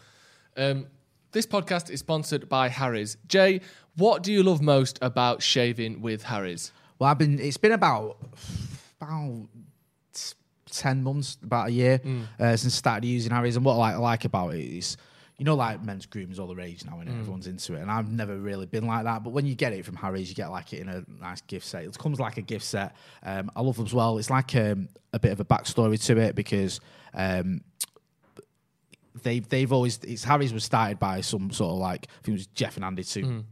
[SPEAKER 4] Um, This podcast is sponsored by Harry's. Jay, what do you love most about shaving with Harry's?
[SPEAKER 6] Well, I've been. It's been about about t- ten months, about a year uh, since I started using Harry's. And what I like, like about it is, you know, like men's grooming is all the rage now, and everyone's into it. And I've never really been like that. But when you get it from Harry's, you get like it in a nice gift set. It comes like a gift set. Um, I love them as well. It's like um, a bit of a backstory to it because. Um, they've they've always it's Harry's was started by some sort of like I think it was Jeff and Andy two
[SPEAKER 4] Mm.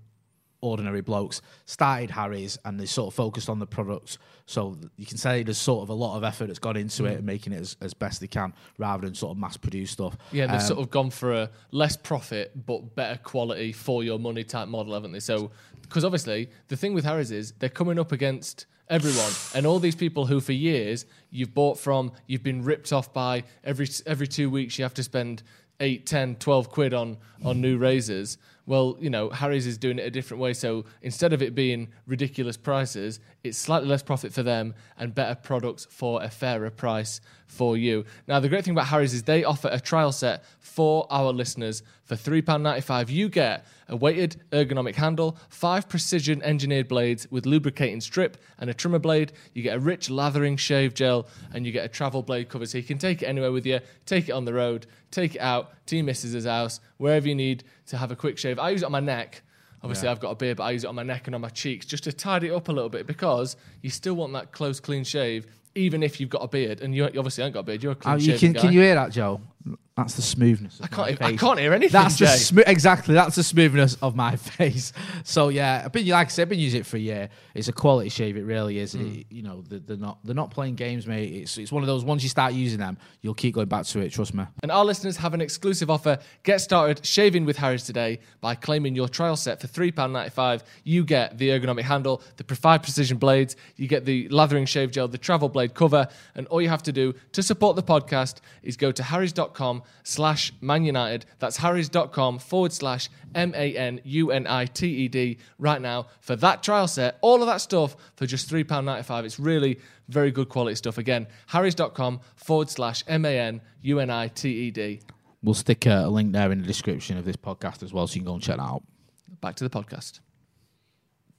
[SPEAKER 6] ordinary blokes started Harry's and they sort of focused on the product. So th- you can say there's sort of a lot of effort that's gone into
[SPEAKER 4] Mm.
[SPEAKER 6] it and making it as, as best they can rather than sort of mass produced stuff.
[SPEAKER 4] Yeah, they've
[SPEAKER 6] Um,
[SPEAKER 4] sort of gone for a less profit but better quality for your money type model, haven't they? So, because obviously the thing with Harry's is they're coming up against everyone and all these people who for years you've bought from, you've been ripped off by every every two weeks you have to spend eight, 10, 12 quid on on new razors. Well, you know, Harry's is doing it a different way. So instead of it being ridiculous prices, it's slightly less profit for them and better products for a fairer price for you. Now, the great thing about Harry's is they offer a trial set for our listeners for £3.95. You get a weighted ergonomic handle, five precision engineered blades with lubricating strip and a trimmer blade. You get a rich lathering shave gel and you get a travel blade cover so you can take it anywhere with you, take it on the road, take it out to your missus's house, wherever you need to have a quick shave. I use it on my neck. Obviously, I've got a beard, but I use it on my neck and on my cheeks just to tidy it up a little bit because you still want that close, clean shave, even if you've got a beard. And you, you obviously haven't got a beard. You're a
[SPEAKER 6] oh,
[SPEAKER 4] clean
[SPEAKER 6] you
[SPEAKER 4] shaven
[SPEAKER 6] can,
[SPEAKER 4] guy.
[SPEAKER 6] can you hear that, Joe? That's the smoothness. Of
[SPEAKER 4] I can't,
[SPEAKER 6] my
[SPEAKER 4] I
[SPEAKER 6] face.
[SPEAKER 4] can't hear anything.
[SPEAKER 6] That's the
[SPEAKER 4] Jay.
[SPEAKER 6] smo- exactly. That's the smoothness of my face. So yeah, I've been like I said, I've been using it for a year. It's a quality shave. It really is. And it, you know, they're, they're not they're not playing games, mate. It's it's one of those. Once you start using them, you'll keep going back to it. Trust me.
[SPEAKER 4] And our listeners have an exclusive offer. Get started shaving with Harry's today by claiming your trial set for £3.95. You get the ergonomic handle, the pre- five precision blades, you get the lathering shave gel, the travel blade cover, and all you have to do to support the podcast is go to harrys.com slash man united. That's harrys.com forward slash M-A-N-U-N-I-T-E-D E right now for that trial set, all of that stuff for just £3.95. It's really very good quality stuff. Again, harrys.com forward slash M A N U N I T E D.
[SPEAKER 6] We'll stick uh, a link there in the description of this podcast as well, so you can go and check that out.
[SPEAKER 4] Back to the podcast.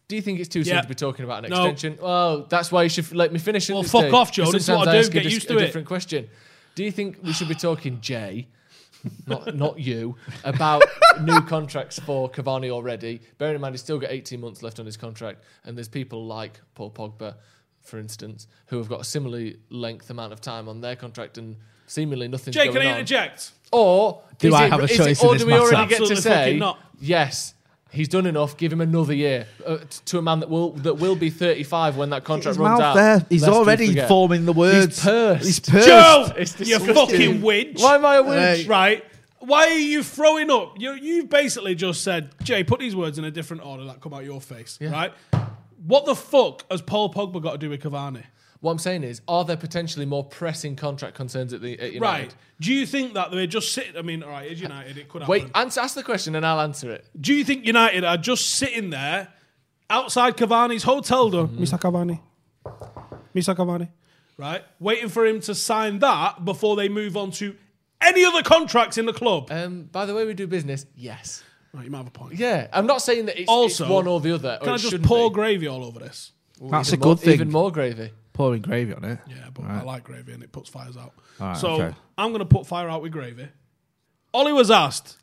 [SPEAKER 4] Do you think it's too soon
[SPEAKER 3] Yeah.
[SPEAKER 4] to be talking about an
[SPEAKER 3] No.
[SPEAKER 4] extension? Well, that's why you should let me finish. in
[SPEAKER 3] Well,
[SPEAKER 4] this
[SPEAKER 3] fuck
[SPEAKER 4] day.
[SPEAKER 3] off, Joe. This is
[SPEAKER 4] Sometimes
[SPEAKER 3] what I do.
[SPEAKER 4] ask a
[SPEAKER 3] Get
[SPEAKER 4] dis-
[SPEAKER 3] used
[SPEAKER 4] a
[SPEAKER 3] to it.
[SPEAKER 4] different question. Do you think we should be talking, Jay, not, not you, about new contracts for Cavani already? Bearing in mind he's still got 18 months left on his contract, and there's people like Paul Pogba, for instance, who have got a similarly length amount of time on their contract and seemingly nothing's
[SPEAKER 3] Jay,
[SPEAKER 4] going
[SPEAKER 3] can I
[SPEAKER 4] on.
[SPEAKER 3] interject?
[SPEAKER 4] Or
[SPEAKER 6] Do
[SPEAKER 4] is
[SPEAKER 6] I
[SPEAKER 4] it-
[SPEAKER 6] have a
[SPEAKER 4] is it-
[SPEAKER 6] choice in
[SPEAKER 4] Or
[SPEAKER 6] this
[SPEAKER 4] do we
[SPEAKER 6] matter?
[SPEAKER 4] already get to
[SPEAKER 3] Absolutely
[SPEAKER 4] say
[SPEAKER 3] fucking not.
[SPEAKER 4] yes? He's done enough. Give him another year uh, t- to a man that will that will be 35 when that contract
[SPEAKER 6] His
[SPEAKER 4] runs
[SPEAKER 6] mouth
[SPEAKER 4] out.
[SPEAKER 6] there. He's
[SPEAKER 4] Lest we
[SPEAKER 6] already
[SPEAKER 4] forget.
[SPEAKER 6] forming the words.
[SPEAKER 4] He's pursed.
[SPEAKER 6] He's pursed.
[SPEAKER 3] Joe,
[SPEAKER 4] Oh, It's
[SPEAKER 3] you
[SPEAKER 4] disgusting.
[SPEAKER 3] fucking winch.
[SPEAKER 4] Why am I a winch?
[SPEAKER 6] Hey.
[SPEAKER 3] Right. Why are you throwing up? You, you've basically just said, Jay, put these words in a different order that come out your face, right? What the fuck has Paul Pogba got to do with Cavani?
[SPEAKER 4] What I'm saying is, are there potentially more pressing contract concerns at the at United?
[SPEAKER 3] Right. Do you think that they're just sitting? I mean, all right, it's United. It could happen.
[SPEAKER 4] Wait, answer, ask the question and I'll answer it.
[SPEAKER 3] Do you think United are just sitting there outside Cavani's hotel door? Mm-hmm. Mr. Cavani. Mr. Cavani. Right? Waiting for him to sign that before they move on to any other contracts in the club.
[SPEAKER 4] Um, by the way, we do business. Yes.
[SPEAKER 3] right, you might have a point.
[SPEAKER 4] Yeah. I'm not saying that it's,
[SPEAKER 3] Also,
[SPEAKER 4] it's one or the other. or
[SPEAKER 3] Can I
[SPEAKER 4] it
[SPEAKER 3] just
[SPEAKER 4] shouldn't
[SPEAKER 3] pour
[SPEAKER 4] be.
[SPEAKER 3] gravy all over this?
[SPEAKER 6] That's
[SPEAKER 4] Even
[SPEAKER 6] a
[SPEAKER 4] more-
[SPEAKER 6] good thing.
[SPEAKER 4] Even more gravy.
[SPEAKER 6] pouring gravy on it.
[SPEAKER 3] Yeah, but I like gravy and it puts fires out.
[SPEAKER 6] right,
[SPEAKER 3] so
[SPEAKER 6] okay.
[SPEAKER 3] I'm going to put fire out with gravy. Ollie was asked,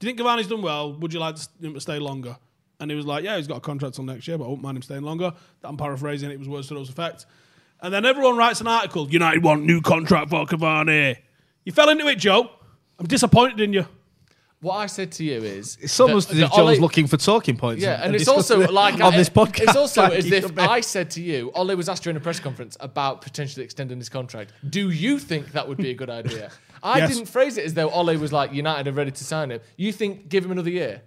[SPEAKER 3] Do you think Cavani's done well? Would you like him to stay longer? And he was like, Yeah, he's got a contract till next year, but I wouldn't mind him staying longer. I'm paraphrasing, it was words to those effects. And then everyone writes an article United want new contract for Cavani. You fell into it, Joe. I'm disappointed in you.
[SPEAKER 4] What I said to you is
[SPEAKER 6] It's almost
[SPEAKER 4] that-
[SPEAKER 6] as if
[SPEAKER 4] that
[SPEAKER 6] Joe's
[SPEAKER 4] Ollie-
[SPEAKER 6] looking for talking points.
[SPEAKER 4] Yeah, and, it's also
[SPEAKER 6] discussing it
[SPEAKER 4] like
[SPEAKER 6] on
[SPEAKER 4] I-
[SPEAKER 6] this podcast.
[SPEAKER 4] It's also
[SPEAKER 6] Like,
[SPEAKER 4] as
[SPEAKER 6] you
[SPEAKER 4] if
[SPEAKER 6] know,
[SPEAKER 4] I said to you, Ollie was asked during a press conference about potentially extending his contract. Do you think that would be a good idea? I
[SPEAKER 3] Yes.
[SPEAKER 4] didn't phrase it as though Ollie was like United are ready to sign him. You think give him another year?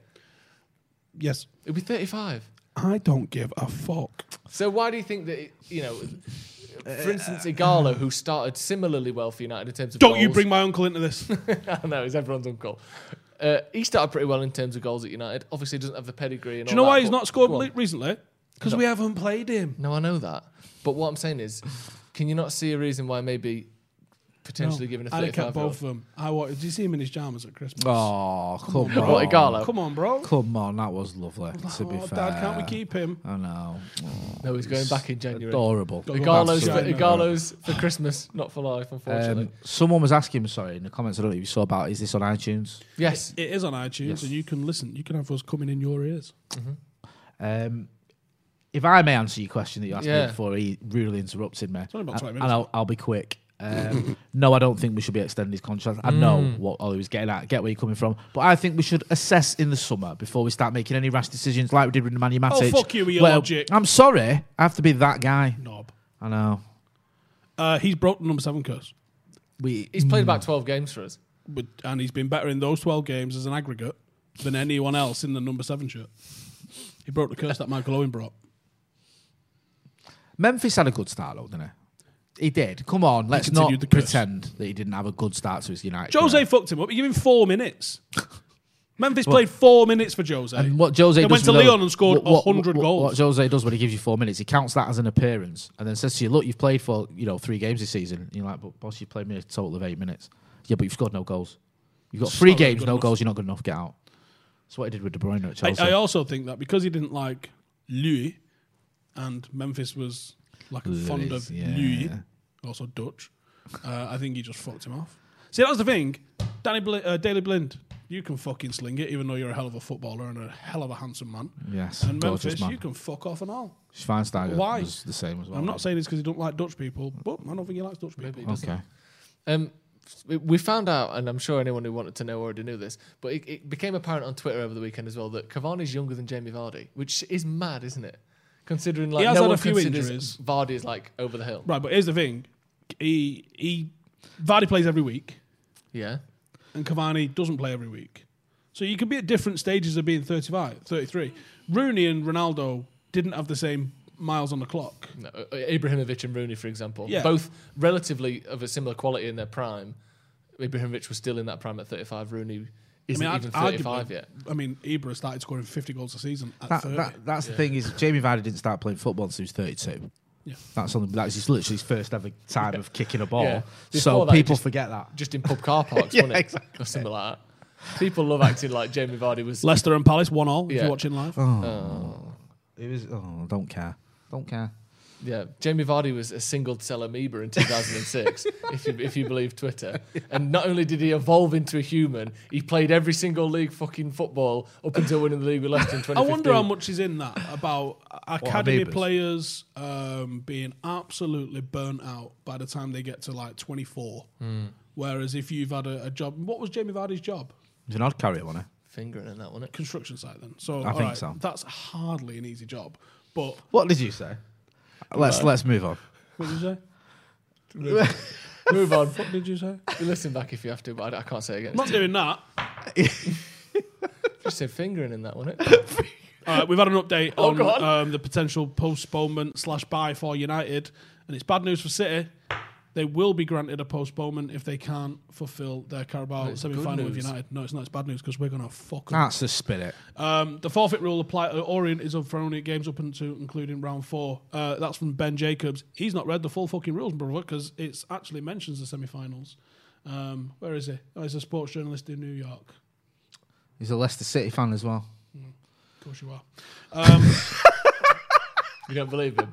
[SPEAKER 3] Yes.
[SPEAKER 4] It'd be thirty-five.
[SPEAKER 3] I don't give a fuck.
[SPEAKER 4] So why do you think that it- you know? For instance,
[SPEAKER 6] Uh,
[SPEAKER 4] Igalo, who started similarly well for United in terms of
[SPEAKER 3] Don't you
[SPEAKER 4] goals-
[SPEAKER 3] bring my uncle into this.
[SPEAKER 4] I know, he's everyone's uncle. Uh, he started pretty well in terms of goals at United. Obviously, he doesn't have the pedigree. And
[SPEAKER 3] Do you know
[SPEAKER 4] all that,
[SPEAKER 3] why he's
[SPEAKER 4] but-
[SPEAKER 3] not scored
[SPEAKER 4] Go on.
[SPEAKER 3] le- recently? Because we haven't played him.
[SPEAKER 4] No, I know that. But what I'm saying is, can you not see a reason why maybe potentially giving a
[SPEAKER 3] I'd have
[SPEAKER 4] 35
[SPEAKER 3] kept
[SPEAKER 4] year old.
[SPEAKER 3] both of them. I wa- Did you see him in his jammers at Christmas?
[SPEAKER 6] Oh, come on.
[SPEAKER 4] What, Igalo?
[SPEAKER 3] Come on, bro.
[SPEAKER 6] Come on, that was lovely, to be
[SPEAKER 3] oh,
[SPEAKER 6] fair.
[SPEAKER 3] Dad, can't we keep him?
[SPEAKER 6] I know.
[SPEAKER 4] No, he's going back in January.
[SPEAKER 6] Adorable.
[SPEAKER 4] Igalo's
[SPEAKER 3] Go
[SPEAKER 4] for,
[SPEAKER 3] back to China.
[SPEAKER 4] Igalo's for Christmas, not for life, unfortunately.
[SPEAKER 6] Um, someone was asking, sorry, in the comments, I don't know if you saw about, is this on iTunes?
[SPEAKER 4] yes.
[SPEAKER 3] It is on iTunes, and you can listen. You can have us coming in your ears.
[SPEAKER 6] Um, if I may answer your question that you asked me
[SPEAKER 4] Yeah.
[SPEAKER 6] before he rudely interrupted me,
[SPEAKER 3] only about
[SPEAKER 6] and-
[SPEAKER 3] 20
[SPEAKER 6] and
[SPEAKER 3] minutes.
[SPEAKER 6] I'll, I'll be quick. Um, no, I don't think we should be extending his contract. I know
[SPEAKER 3] Hmm.
[SPEAKER 6] what Ollie was getting at, get where you're coming from, but I think we should assess in the summer before we start making any rash decisions like we did with the Matic.
[SPEAKER 3] Oh, fuck you with your logic.
[SPEAKER 6] I'm sorry, I have to be that guy.
[SPEAKER 3] Knob.
[SPEAKER 6] I know.
[SPEAKER 3] Uh, he's broke the number seven curse,
[SPEAKER 6] We
[SPEAKER 4] He's played
[SPEAKER 3] mm.
[SPEAKER 4] about 12 games for us.
[SPEAKER 3] but, and he's been better in those twelve games as an aggregate than anyone else in the number seven shirt. He broke the curse that Michael Owen brought.
[SPEAKER 6] Memphis had a good start, though, didn't he? He did. Come on, let's not
[SPEAKER 3] continued the curse.
[SPEAKER 6] pretend that he didn't have a good start to his United.
[SPEAKER 3] Jose
[SPEAKER 6] career.
[SPEAKER 3] fucked him up. He gave him four minutes. Memphis played four minutes for Jose.
[SPEAKER 6] And what Jose
[SPEAKER 3] They
[SPEAKER 6] does
[SPEAKER 3] went to
[SPEAKER 6] with
[SPEAKER 3] Leon
[SPEAKER 6] those-
[SPEAKER 3] and scored
[SPEAKER 6] what- what-
[SPEAKER 3] 100
[SPEAKER 6] what-
[SPEAKER 3] goals.
[SPEAKER 6] What Jose does when he gives you four minutes, he counts that as an appearance, and then says to you, "Look, you've played for you know three games this season." And you're like, "But boss, you played me a total of eight minutes. Yeah, but you've scored no goals. You've got
[SPEAKER 3] It's
[SPEAKER 6] three
[SPEAKER 3] not really
[SPEAKER 6] games,
[SPEAKER 3] good
[SPEAKER 6] no
[SPEAKER 3] enough.
[SPEAKER 6] goals. You're not good enough. Get out." That's what he did with De Bruyne at
[SPEAKER 3] I,
[SPEAKER 6] Chelsea.
[SPEAKER 3] I also think that because he didn't like Louis, and Memphis was like fond of
[SPEAKER 6] yeah.
[SPEAKER 3] Louis, also Dutch, uh, I think he just fucked him off. See, that was the thing. Danny Bl- uh, Daily Blind, you can fucking sling it, even though you're a hell of a footballer and a hell of a handsome man.
[SPEAKER 6] yes,
[SPEAKER 3] And
[SPEAKER 6] Mm. gorgeous
[SPEAKER 3] Memphis,
[SPEAKER 6] man.
[SPEAKER 3] you can fuck off and all.
[SPEAKER 6] Schweinsteiger
[SPEAKER 3] Why?
[SPEAKER 6] was the same as well.
[SPEAKER 3] I'm not saying this because he don't like Dutch people, but I don't think he likes Dutch people.
[SPEAKER 4] Maybe he doesn't.
[SPEAKER 6] Okay.
[SPEAKER 4] Um, we- we found out, and I'm sure anyone who wanted to know already knew this, but it, it became apparent on Twitter over the weekend as well that Cavani's younger than Jamie Vardy, which is mad, isn't it? Considering like
[SPEAKER 3] has
[SPEAKER 4] no
[SPEAKER 3] had a
[SPEAKER 4] one
[SPEAKER 3] few
[SPEAKER 4] considers
[SPEAKER 3] injuries.
[SPEAKER 4] Vardy is like over the hill.
[SPEAKER 3] Right, but here's the thing. He he Vardy plays every week
[SPEAKER 4] Yeah.
[SPEAKER 3] and Cavani doesn't play every week. So you could be at different stages of being 35, 33. Rooney and Ronaldo didn't have the same miles on the clock.
[SPEAKER 4] No, uh, Ibrahimovic and Rooney, for example,
[SPEAKER 3] Yeah.
[SPEAKER 4] both relatively of a similar quality in their prime. Ibrahimovic was still in that prime at 35. Rooney isn't
[SPEAKER 3] I mean,
[SPEAKER 4] even
[SPEAKER 3] I'd-
[SPEAKER 4] 35
[SPEAKER 3] arguably-
[SPEAKER 4] yet.
[SPEAKER 3] I mean, Ibra started scoring 50 goals a season at
[SPEAKER 6] That,
[SPEAKER 3] 30.
[SPEAKER 6] that, that's the thing is Jamie Vardy didn't start playing football until he was 32.
[SPEAKER 3] Yeah.
[SPEAKER 6] That's on. That's just literally his first ever time of kicking a ball.
[SPEAKER 4] Yeah.
[SPEAKER 6] So
[SPEAKER 4] Before that, he
[SPEAKER 6] people
[SPEAKER 4] just-
[SPEAKER 6] forget that.
[SPEAKER 4] Just in pub car parks,
[SPEAKER 6] Yeah,
[SPEAKER 4] wasn't it? Or something like that. People love acting like Jamie Vardy was.
[SPEAKER 3] Leicester and Palace, 1 all, if
[SPEAKER 4] Yeah.
[SPEAKER 3] you're watching live.
[SPEAKER 6] Oh. It was. Oh, don't care. Don't care.
[SPEAKER 4] Yeah, Jamie Vardy was a single cell amoeba in 2006, if, you, if you believe Twitter. And not only did he evolve into a human, he played every single league fucking football up until winning the league with Leicester in
[SPEAKER 3] I
[SPEAKER 4] 2015.
[SPEAKER 3] wonder how much is in that about academy
[SPEAKER 6] Ibras?
[SPEAKER 3] players um, being absolutely burnt out by the time they get to like 24.
[SPEAKER 4] Hmm.
[SPEAKER 3] Whereas if you've had a, a job, what was Jamie Vardy's job?
[SPEAKER 6] It's an odd carrier, wasn't it?
[SPEAKER 4] Fingering in that one. it?
[SPEAKER 3] Construction site then. So
[SPEAKER 6] I
[SPEAKER 3] all
[SPEAKER 6] think
[SPEAKER 3] right,
[SPEAKER 6] so.
[SPEAKER 3] That's hardly an easy job. But
[SPEAKER 6] What did you say? Let's let's move on.
[SPEAKER 3] what did you say?
[SPEAKER 4] Move on.
[SPEAKER 3] What did you say?
[SPEAKER 4] You Listen back if you have to, but I, I can't say it again.
[SPEAKER 3] I'm not doing that.
[SPEAKER 4] just said fingering in that one. it?
[SPEAKER 3] All right, we've had an update
[SPEAKER 4] Oh,
[SPEAKER 3] on
[SPEAKER 4] go on.
[SPEAKER 3] um, the potential postponement slash buy for United, and it's bad news for City. They will be granted a postponement if they can't fulfil their Carabao
[SPEAKER 4] it's
[SPEAKER 3] semi
[SPEAKER 4] good
[SPEAKER 3] final with
[SPEAKER 4] news.
[SPEAKER 3] United. No, it's not. It's bad news because we're going to fuck 'em.
[SPEAKER 6] That's the spirit.
[SPEAKER 3] Um, the forfeit rule apply. Uh, Orient is up for only games up into including round four. Uh, that's from Ben Jacobs. He's not read the full fucking rules, brother, because it's actually mentions the semi-finals. Um, where is he? Oh, he's a sports journalist in New York.
[SPEAKER 6] He's a Leicester City fan as well.
[SPEAKER 3] Of course you are. Um,
[SPEAKER 4] You don't believe him?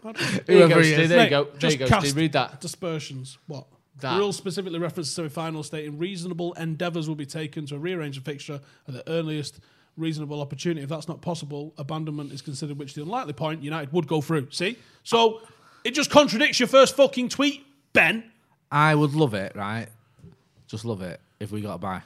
[SPEAKER 3] pardon.
[SPEAKER 4] There you go,
[SPEAKER 6] Whoever he
[SPEAKER 4] Steve.
[SPEAKER 6] is.
[SPEAKER 4] There you
[SPEAKER 3] Mate,
[SPEAKER 4] go. There
[SPEAKER 3] just
[SPEAKER 4] you go,
[SPEAKER 3] cast-
[SPEAKER 4] Steve. Read that.
[SPEAKER 3] dispersions. What?
[SPEAKER 4] That.
[SPEAKER 3] The rules specifically reference the semi-final stating reasonable endeavours will be taken to rearrange the fixture at the earliest reasonable opportunity. If that's not possible, abandonment is considered, which the unlikely point United would go through. See,
[SPEAKER 4] Ah.
[SPEAKER 3] so it just contradicts your first fucking tweet, Ben.
[SPEAKER 6] I would love it, right? Just love it if we got a buy.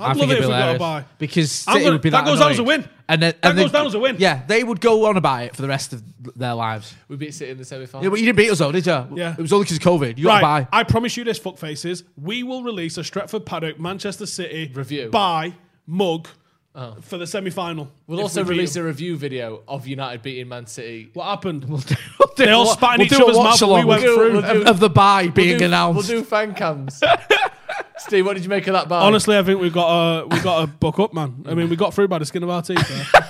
[SPEAKER 3] I'd love it if we got a buy.
[SPEAKER 6] because
[SPEAKER 3] I'm
[SPEAKER 6] City
[SPEAKER 3] gonna-
[SPEAKER 6] would be
[SPEAKER 3] that
[SPEAKER 6] that.
[SPEAKER 3] goes down as a
[SPEAKER 6] annoyed.
[SPEAKER 3] win.
[SPEAKER 6] And then,
[SPEAKER 3] That
[SPEAKER 6] and they-
[SPEAKER 3] goes down as a win.
[SPEAKER 6] Yeah, they would go on about it for the rest of their lives.
[SPEAKER 4] We beat City in the semi final.
[SPEAKER 6] Yeah, but you didn't beat us though, did you?
[SPEAKER 3] Yeah.
[SPEAKER 6] It was only because of COVID. You got a
[SPEAKER 3] Right,
[SPEAKER 6] buy.
[SPEAKER 3] I promise you this, fuckfaces. We will release a Stretford Paddock Manchester City
[SPEAKER 4] Review. Oh.
[SPEAKER 3] by mug for the semi-final.
[SPEAKER 4] We'll
[SPEAKER 3] If
[SPEAKER 4] also
[SPEAKER 3] we beat
[SPEAKER 4] release
[SPEAKER 3] them.
[SPEAKER 4] a review video of United beating Man City.
[SPEAKER 3] What happened?
[SPEAKER 6] do
[SPEAKER 3] they all
[SPEAKER 6] a-
[SPEAKER 3] spat in
[SPEAKER 6] we'll
[SPEAKER 3] each
[SPEAKER 6] do a
[SPEAKER 3] other's mouth.
[SPEAKER 6] watch
[SPEAKER 3] and We
[SPEAKER 6] along.
[SPEAKER 3] went
[SPEAKER 4] We'll do-
[SPEAKER 3] through.
[SPEAKER 4] we'll
[SPEAKER 6] of, of the buy being
[SPEAKER 4] do,
[SPEAKER 6] announced.
[SPEAKER 4] We'll do fan cams. Steve, what did you make of that bar?
[SPEAKER 3] Honestly, I think we've got a we got a book up, man. I mean, we got through by the skin of our teeth. there.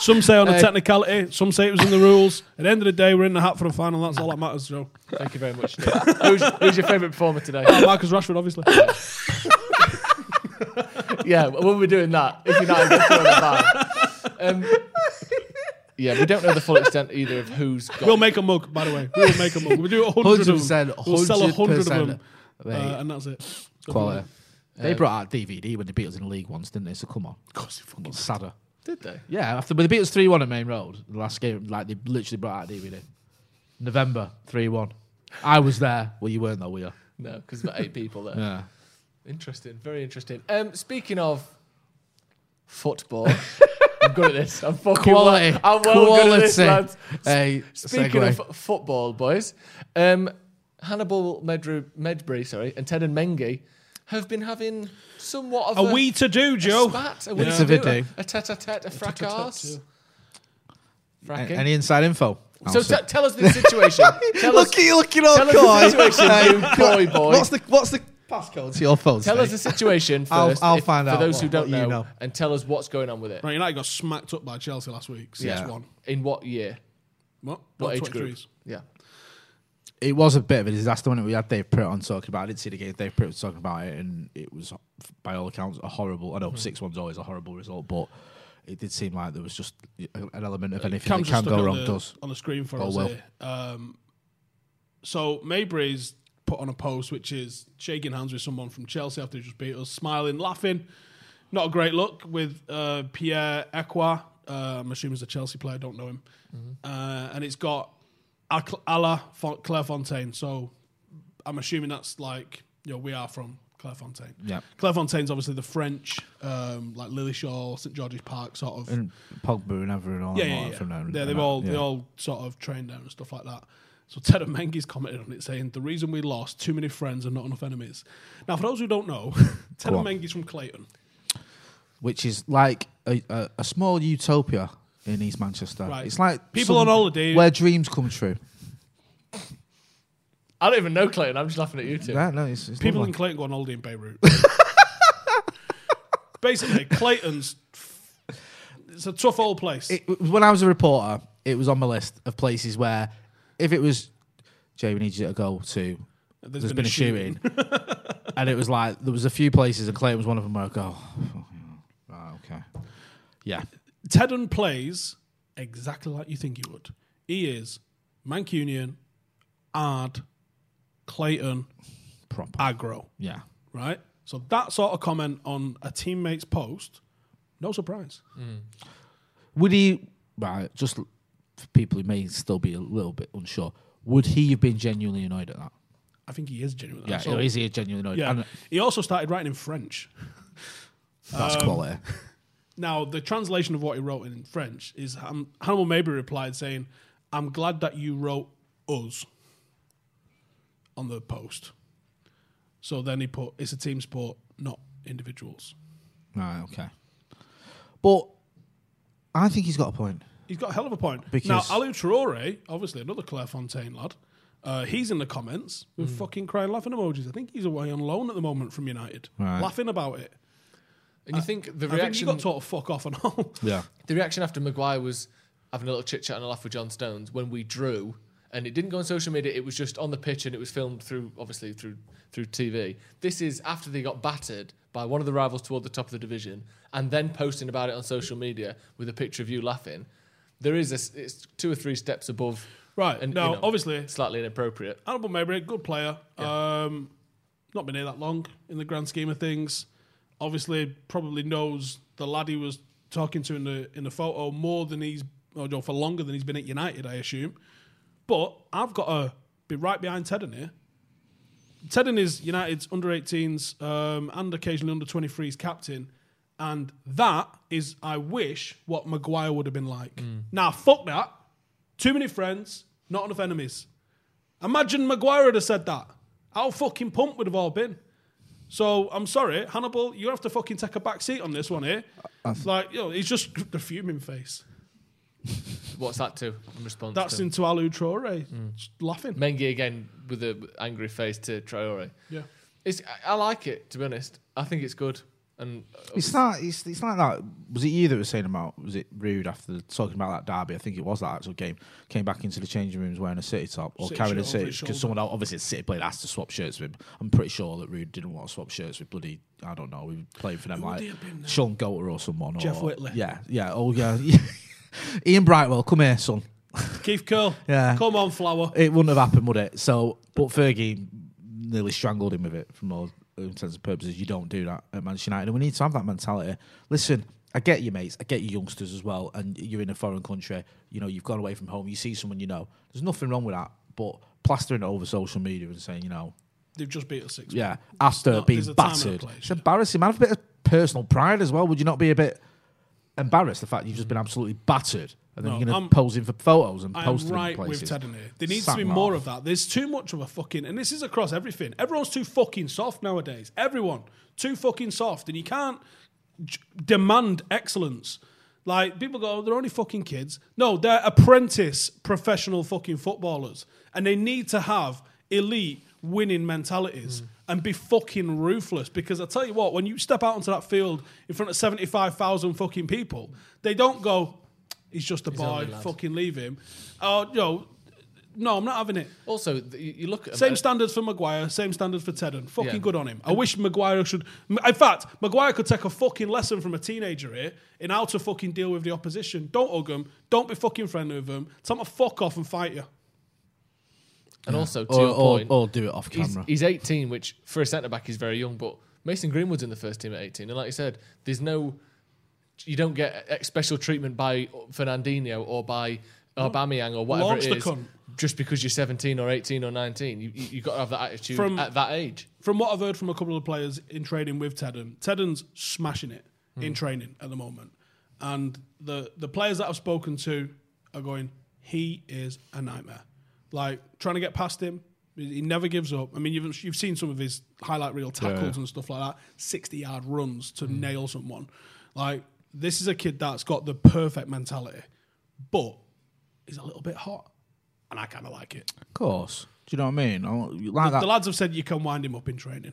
[SPEAKER 3] Some say on a technicality, some say it was in the rules. At the end of the day, we're in the hat for the final. That's all that matters, Joe.
[SPEAKER 4] Thank you very much. Dave. who's, who's your favourite performer today?
[SPEAKER 3] Marcus Rashford, obviously.
[SPEAKER 6] Oh,
[SPEAKER 4] yeah, when we're doing that, if United get thrown back. Um, yeah, we don't know the full extent either of who's got.
[SPEAKER 3] We'll make a mug, by the way. We'll make a mug. We'll do a hundred of them.
[SPEAKER 6] 100%,
[SPEAKER 3] We'll sell a hundred of
[SPEAKER 6] 100%.
[SPEAKER 3] them, uh,
[SPEAKER 6] Mate.
[SPEAKER 3] and that's it.
[SPEAKER 6] Quality.
[SPEAKER 4] Um,
[SPEAKER 6] They brought out DVD when they beat us in the league once, didn't they? So come on. fucking sadder.
[SPEAKER 4] Did they?
[SPEAKER 6] Yeah, after when they beat us 3 1 at Main Road, the last game, like they literally brought out DVD. November 3 1. I was there. Well, you weren't though, were you?
[SPEAKER 4] No, because about eight people there.
[SPEAKER 6] Yeah.
[SPEAKER 4] Interesting, very interesting. Um, speaking of football, I'm good at this. I'm fucking well-
[SPEAKER 6] Quality.
[SPEAKER 4] I'm well good at this,
[SPEAKER 6] Quality.
[SPEAKER 4] lads.
[SPEAKER 6] Hey,
[SPEAKER 4] Speaking
[SPEAKER 6] segue.
[SPEAKER 4] of f- football, boys, um, Hannibal Medru- Medbury, sorry, and Ted and Mengi have been having somewhat of
[SPEAKER 3] A
[SPEAKER 4] a,
[SPEAKER 3] we to do,
[SPEAKER 4] a
[SPEAKER 3] Joe.
[SPEAKER 4] spat, a, we
[SPEAKER 6] It's
[SPEAKER 4] to
[SPEAKER 6] a
[SPEAKER 4] do,
[SPEAKER 6] video.
[SPEAKER 4] a tete-a-tete, a fracas,
[SPEAKER 6] A-
[SPEAKER 4] fracking.
[SPEAKER 6] Any inside info?
[SPEAKER 4] so
[SPEAKER 6] Alison?
[SPEAKER 4] t- tell us the situation. tell us,
[SPEAKER 6] look at you looking all
[SPEAKER 4] tell us
[SPEAKER 6] coy.
[SPEAKER 4] the situation,
[SPEAKER 6] Hey,
[SPEAKER 4] you coy boy.
[SPEAKER 6] What's the what's the passcode to your phone?
[SPEAKER 4] Tell
[SPEAKER 6] today?
[SPEAKER 4] us the situation 1st
[SPEAKER 6] I'll- I'll find
[SPEAKER 4] for
[SPEAKER 6] out
[SPEAKER 4] those
[SPEAKER 6] what-
[SPEAKER 4] who don't
[SPEAKER 6] what
[SPEAKER 4] know,
[SPEAKER 6] you know.
[SPEAKER 4] and tell us what's going on with it.
[SPEAKER 3] Right, United got smacked up by Chelsea last week. Six
[SPEAKER 6] Yeah.
[SPEAKER 3] one.
[SPEAKER 4] In what year?
[SPEAKER 3] What?
[SPEAKER 4] What
[SPEAKER 3] Not
[SPEAKER 4] age group?
[SPEAKER 3] 23s.
[SPEAKER 4] Yeah.
[SPEAKER 6] it was a bit of a disaster when we had Dave Pritt on talking about. it. I didn't see the game. Dave Pritt was talking about it, and it was, by all accounts, a horrible. I
[SPEAKER 3] Hmm.
[SPEAKER 6] know six one's always a horrible result, but it did seem like there was just an element of anything
[SPEAKER 3] Cam's
[SPEAKER 6] that
[SPEAKER 3] just
[SPEAKER 6] can
[SPEAKER 3] stuck
[SPEAKER 6] go
[SPEAKER 3] on
[SPEAKER 6] wrong.
[SPEAKER 3] the-
[SPEAKER 6] does
[SPEAKER 3] on the screen for
[SPEAKER 6] Oh,
[SPEAKER 3] us
[SPEAKER 6] well.
[SPEAKER 3] here. Um, so Mabry's put on a post which is shaking hands with someone from Chelsea after they just beat us, smiling, laughing. Not a great look with uh, Pierre Equa. Uh, I'm assuming he's a Chelsea player. Don't know him.
[SPEAKER 6] Mm-hmm.
[SPEAKER 3] Uh, and it's got Ac- Ala Fon- Clairefontaine. So I'm assuming that's like you know we are from Clairefontaine.
[SPEAKER 6] Yeah.
[SPEAKER 3] Clairefontaine's obviously the French, um, like Lillyshaw, St George's Park sort of
[SPEAKER 6] and Pogba and everyone all
[SPEAKER 3] yeah,
[SPEAKER 6] that
[SPEAKER 3] yeah, yeah.
[SPEAKER 6] from there.
[SPEAKER 3] yeah, they've
[SPEAKER 6] and
[SPEAKER 3] all
[SPEAKER 6] that,
[SPEAKER 3] they all sort of trained down and stuff like that. So Ted Mengi's commented on it saying the reason we lost too many friends and not enough enemies. Now, for those who don't know, Ted
[SPEAKER 6] Go on.
[SPEAKER 3] Mengi's from Clayton.
[SPEAKER 6] which is like a, a, a small utopia in East Manchester.
[SPEAKER 3] Right.
[SPEAKER 6] It's like
[SPEAKER 3] People on holiday-
[SPEAKER 6] where dreams come true.
[SPEAKER 4] I don't even know Clayton. I'm just laughing at you two.
[SPEAKER 6] Yeah, no, it's, it's
[SPEAKER 3] People
[SPEAKER 6] lovely.
[SPEAKER 3] in Clayton go on holiday in Beirut. Basically, Clayton's it's a tough old place.
[SPEAKER 6] it, when I was a reporter, it was on my list of places where if it was Jay, we need you to go to. There's been, a shooting, and it was like there was a few places, and Clayton was one of them. Where I go, oh, right, okay, yeah,
[SPEAKER 3] Tedden plays exactly like you think he would. He is Mancunian, hard, Clayton,
[SPEAKER 6] proper,
[SPEAKER 3] aggro.
[SPEAKER 6] yeah,
[SPEAKER 3] right? So that sort of comment on a teammate's post, no surprise.
[SPEAKER 6] Would he, right, just l- for people who may still be a little bit unsure, would he have been genuinely annoyed at that?
[SPEAKER 3] I think he is genuine.
[SPEAKER 6] Yeah,
[SPEAKER 3] So-
[SPEAKER 6] or is he genuinely annoyed?
[SPEAKER 3] yeah.
[SPEAKER 6] And
[SPEAKER 3] he also started writing in French.
[SPEAKER 6] that's quality.
[SPEAKER 3] Now, the translation of what he wrote in French is um, Hannibal Mabry replied saying, "I'm glad that you wrote us on the post." So then he put, "It's a team sport, not individuals."
[SPEAKER 6] Right, okay. But I think he's got a point.
[SPEAKER 3] He's got a hell of a point.
[SPEAKER 6] Because-
[SPEAKER 3] now, Alu Traore, obviously another Clairefontaine lad, uh, he's in the comments with
[SPEAKER 6] Mm.
[SPEAKER 3] fucking crying laughing emojis. I think he's away on loan at the moment from United,
[SPEAKER 6] Right.
[SPEAKER 3] laughing about it.
[SPEAKER 4] And you think the
[SPEAKER 3] I think he
[SPEAKER 4] reaction,
[SPEAKER 3] got taught to fuck off and all.
[SPEAKER 6] Yeah.
[SPEAKER 4] the reaction after Maguire was having a little chit chat and a laugh with John Stones when we drew, and it didn't go on social media. It was just on the pitch and it was filmed through, obviously through through TV. This is after they got battered by one of the rivals toward the top of the division, and then posting about it on social media with a picture of you laughing. There is a, s- it's two or three steps above.
[SPEAKER 3] Right, now, obviously-
[SPEAKER 4] slightly inappropriate.
[SPEAKER 3] Hannibal Mabry, good player. Um, not been here that long in the grand scheme of things. Obviously, probably knows the lad he was talking to in the in the photo more than he's or no, for longer than he's been at United, I assume. But I've got to be right behind Tedden here. Tedden is United's under 18s um, and occasionally under 23s captain. And that is, I wish, what Maguire would have been like. Now, fuck that. Too many friends, not enough enemies. Imagine Maguire would have said that. How fucking pumped would have all been. So I'm sorry, Hannibal, you have to fucking take a back seat on this one here. like, you know, he's just the fuming face.
[SPEAKER 4] What's that to in response?
[SPEAKER 3] That's
[SPEAKER 4] to?
[SPEAKER 3] into Alu Traore, eh?
[SPEAKER 6] Mm.
[SPEAKER 3] just laughing.
[SPEAKER 4] Mengi again with an angry face to Traore.
[SPEAKER 3] yeah.
[SPEAKER 4] It's I, I like it to be honest. I think it's good. And uh,
[SPEAKER 6] It's not. It's, it's like that. Was it you that was saying about? Was it rude after talking about that derby? I think it was that actual game. Came back into the changing rooms wearing a city top or
[SPEAKER 3] City
[SPEAKER 6] carrying a
[SPEAKER 3] shirt over
[SPEAKER 6] city
[SPEAKER 3] his
[SPEAKER 6] because someone else, obviously it's City played asked to swap shirts with him. I'm pretty sure that Rude didn't want to swap shirts with bloody I don't know. We were playing for them
[SPEAKER 3] Who would
[SPEAKER 6] like
[SPEAKER 3] he have been then?
[SPEAKER 6] Sean Goater or someone.
[SPEAKER 3] Jeff
[SPEAKER 6] or,
[SPEAKER 3] Whitley.
[SPEAKER 6] Yeah, yeah. Oh yeah. Ian Brightwell, come here, son.
[SPEAKER 3] Keith Curl.
[SPEAKER 6] Yeah.
[SPEAKER 3] Come on, Flower.
[SPEAKER 6] It wouldn't have happened, would it? So, but Fergie nearly strangled him with it from all intents and purposes. You don't do that at Manchester United, and we need to have that mentality. Listen, I get you, mates. I get you, youngsters as well. And you're in a foreign country. You know, you've gone away from home. You see someone you know. There's nothing wrong with that. But plastering it over social media and saying, you know,
[SPEAKER 3] They've just beat us six.
[SPEAKER 6] yeah, after
[SPEAKER 3] not-
[SPEAKER 6] being
[SPEAKER 3] there's a time and a
[SPEAKER 6] battered,
[SPEAKER 3] place,
[SPEAKER 6] it's
[SPEAKER 3] yeah.
[SPEAKER 6] embarrassing. Man, have a bit of personal pride as well. Would you not be a bit embarrassed the fact you've just been absolutely battered? And then
[SPEAKER 3] No,
[SPEAKER 6] you're going
[SPEAKER 3] I'm-
[SPEAKER 6] to pose in for photos and
[SPEAKER 3] I'm
[SPEAKER 6] post them
[SPEAKER 3] right
[SPEAKER 6] places.
[SPEAKER 3] with Ted in here. There needs
[SPEAKER 6] Sack
[SPEAKER 3] to be
[SPEAKER 6] them
[SPEAKER 3] more
[SPEAKER 6] off.
[SPEAKER 3] of that. There's too much of a fucking, and this is across everything. Everyone's too fucking soft nowadays. Everyone too fucking soft, and you can't j- demand excellence. Like people go, "Oh, they're only fucking kids. No, they're apprentice professional fucking footballers, and they need to have elite winning mentalities and be fucking ruthless. Because I tell you what, when you step out onto that field in front of seventy five thousand fucking people, they don't go. He's just a boy.
[SPEAKER 4] only lad."
[SPEAKER 3] Fucking leave him. Oh, yo, no, I'm not having it.
[SPEAKER 4] also, th- you you look at
[SPEAKER 3] Same
[SPEAKER 4] Ameri-
[SPEAKER 3] standards for Maguire, same standards for Tedden. Fucking
[SPEAKER 4] Yeah.
[SPEAKER 3] good on him. I wish Maguire should. M- In fact, Maguire could take a fucking lesson from a teenager here in how to fucking deal with the opposition. Don't hug them. Don't be fucking friendly with them. Tell them to fuck off and fight you.
[SPEAKER 4] And also, to
[SPEAKER 6] or,
[SPEAKER 4] your
[SPEAKER 6] or,
[SPEAKER 4] point,
[SPEAKER 6] or do it off
[SPEAKER 4] he's,
[SPEAKER 6] camera.
[SPEAKER 4] he's 18, which for a centre back is very young. But Mason Greenwood's in the first team at 18, and like you said, there's no, you don't get ex- special treatment by Fernandinho or by Aubameyang or whatever
[SPEAKER 3] Launch
[SPEAKER 4] it
[SPEAKER 3] the
[SPEAKER 4] is,
[SPEAKER 3] cunt.
[SPEAKER 4] just because you're 17 or 18 or 19. You you have got to have that attitude
[SPEAKER 3] From-
[SPEAKER 4] at that age.
[SPEAKER 3] From what I've heard from a couple of the players in training with Tedden, Tedden's smashing it in training at the moment. And the, the players that I've spoken to are going, he is a nightmare. Like, trying to get past him, he never gives up. I mean, you've, you've seen some of his highlight reel tackles and stuff like that 60 yard runs to nail someone. Like, this is a kid that's got the perfect mentality, but he's a little bit hot. And I kind of like it.
[SPEAKER 6] Of course. Do you know what I mean? I- Like that.
[SPEAKER 3] The lads have said you can wind him up in training.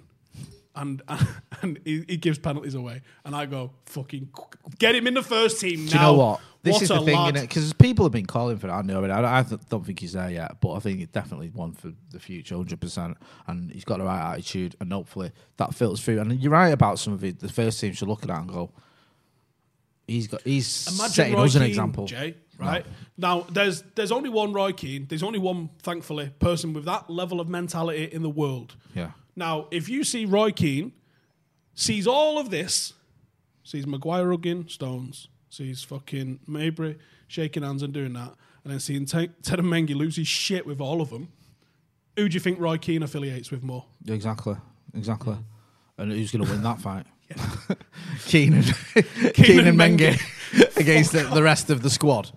[SPEAKER 3] And and he, he gives penalties away, and I go fucking get him in the first team now.
[SPEAKER 6] do you know what? This
[SPEAKER 3] What
[SPEAKER 6] is
[SPEAKER 3] a
[SPEAKER 6] the thing,
[SPEAKER 3] lad.
[SPEAKER 6] innit? Because people have been calling for that. I know, but I don't, I th- don't think he's there yet. But I think it's definitely one for the future, hundred percent. And he's got the right attitude, and hopefully that filters through. And you're right about some of it. The first team should look at that and go, "He's got. He's
[SPEAKER 3] Imagine
[SPEAKER 6] setting
[SPEAKER 3] Roy
[SPEAKER 6] us an
[SPEAKER 3] Keane,
[SPEAKER 6] example."
[SPEAKER 3] Jay. Right now, there's there's only one Roy Keane. There's only one, thankfully, person with that level of mentality in the world.
[SPEAKER 6] Yeah.
[SPEAKER 3] Now, if you see Roy Keane, sees all of this, sees Maguire rugging Stones, sees fucking Mabry shaking hands and doing that, and then seeing Te- Ted Mengi lose his shit with all of them, who do you think Roy Keane affiliates with more?
[SPEAKER 6] Exactly. Exactly. And who's going to win that fight? Keenan. Keenan, Mengi against
[SPEAKER 3] Oh,
[SPEAKER 6] the, the rest of the squad.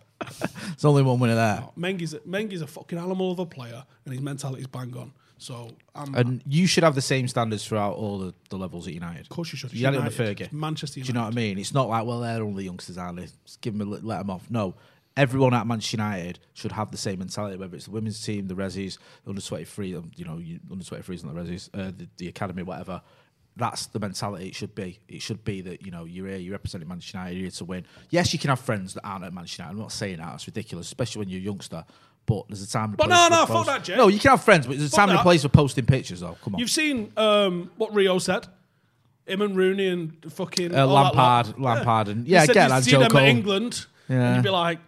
[SPEAKER 6] There's only one winner there.
[SPEAKER 3] Mengi's a, Mengi's a fucking animal of a player, and his mentality's bang on. So, um, I'm,
[SPEAKER 6] And you should have the same standards throughout all the, the levels at United. Of
[SPEAKER 3] course you should. It's
[SPEAKER 6] You had it with
[SPEAKER 3] United.
[SPEAKER 6] Fergie.
[SPEAKER 3] It's Manchester
[SPEAKER 6] Do you know what I
[SPEAKER 3] United.
[SPEAKER 6] mean? It's not like, well, they're only youngsters, are they? Just give them a, li- let them off. No. Everyone at Manchester United should have the same mentality, whether it's the women's team, the Resis, the under 23, um, you know, you- under 23s not the Resis, uh, the, the academy, whatever. That's the mentality it should be. It should be that, you know, you're here, you're representing Manchester United, you're here to win. Yes, you can have friends that aren't at Manchester United. I'm not saying that, it's ridiculous, especially when you're a youngster. But there's a time. and
[SPEAKER 3] But
[SPEAKER 6] place
[SPEAKER 3] no,
[SPEAKER 6] for
[SPEAKER 3] no, fuck
[SPEAKER 6] post-
[SPEAKER 3] that, Jay.
[SPEAKER 6] No, you can have friends, but there's a
[SPEAKER 3] Fuck
[SPEAKER 6] time and
[SPEAKER 3] that.
[SPEAKER 6] a place for posting pictures, though. Come on.
[SPEAKER 5] Uh,
[SPEAKER 3] You've seen um, what Rio said. Him and Rooney and fucking all
[SPEAKER 6] Uh,
[SPEAKER 3] that lot.
[SPEAKER 6] Lampard- Lampard and-
[SPEAKER 3] He
[SPEAKER 6] yeah,
[SPEAKER 3] said
[SPEAKER 6] get
[SPEAKER 3] you
[SPEAKER 6] that,
[SPEAKER 3] see
[SPEAKER 6] Joe
[SPEAKER 3] them
[SPEAKER 6] Cole.
[SPEAKER 3] in England, and
[SPEAKER 6] Yeah.
[SPEAKER 3] you'd be like,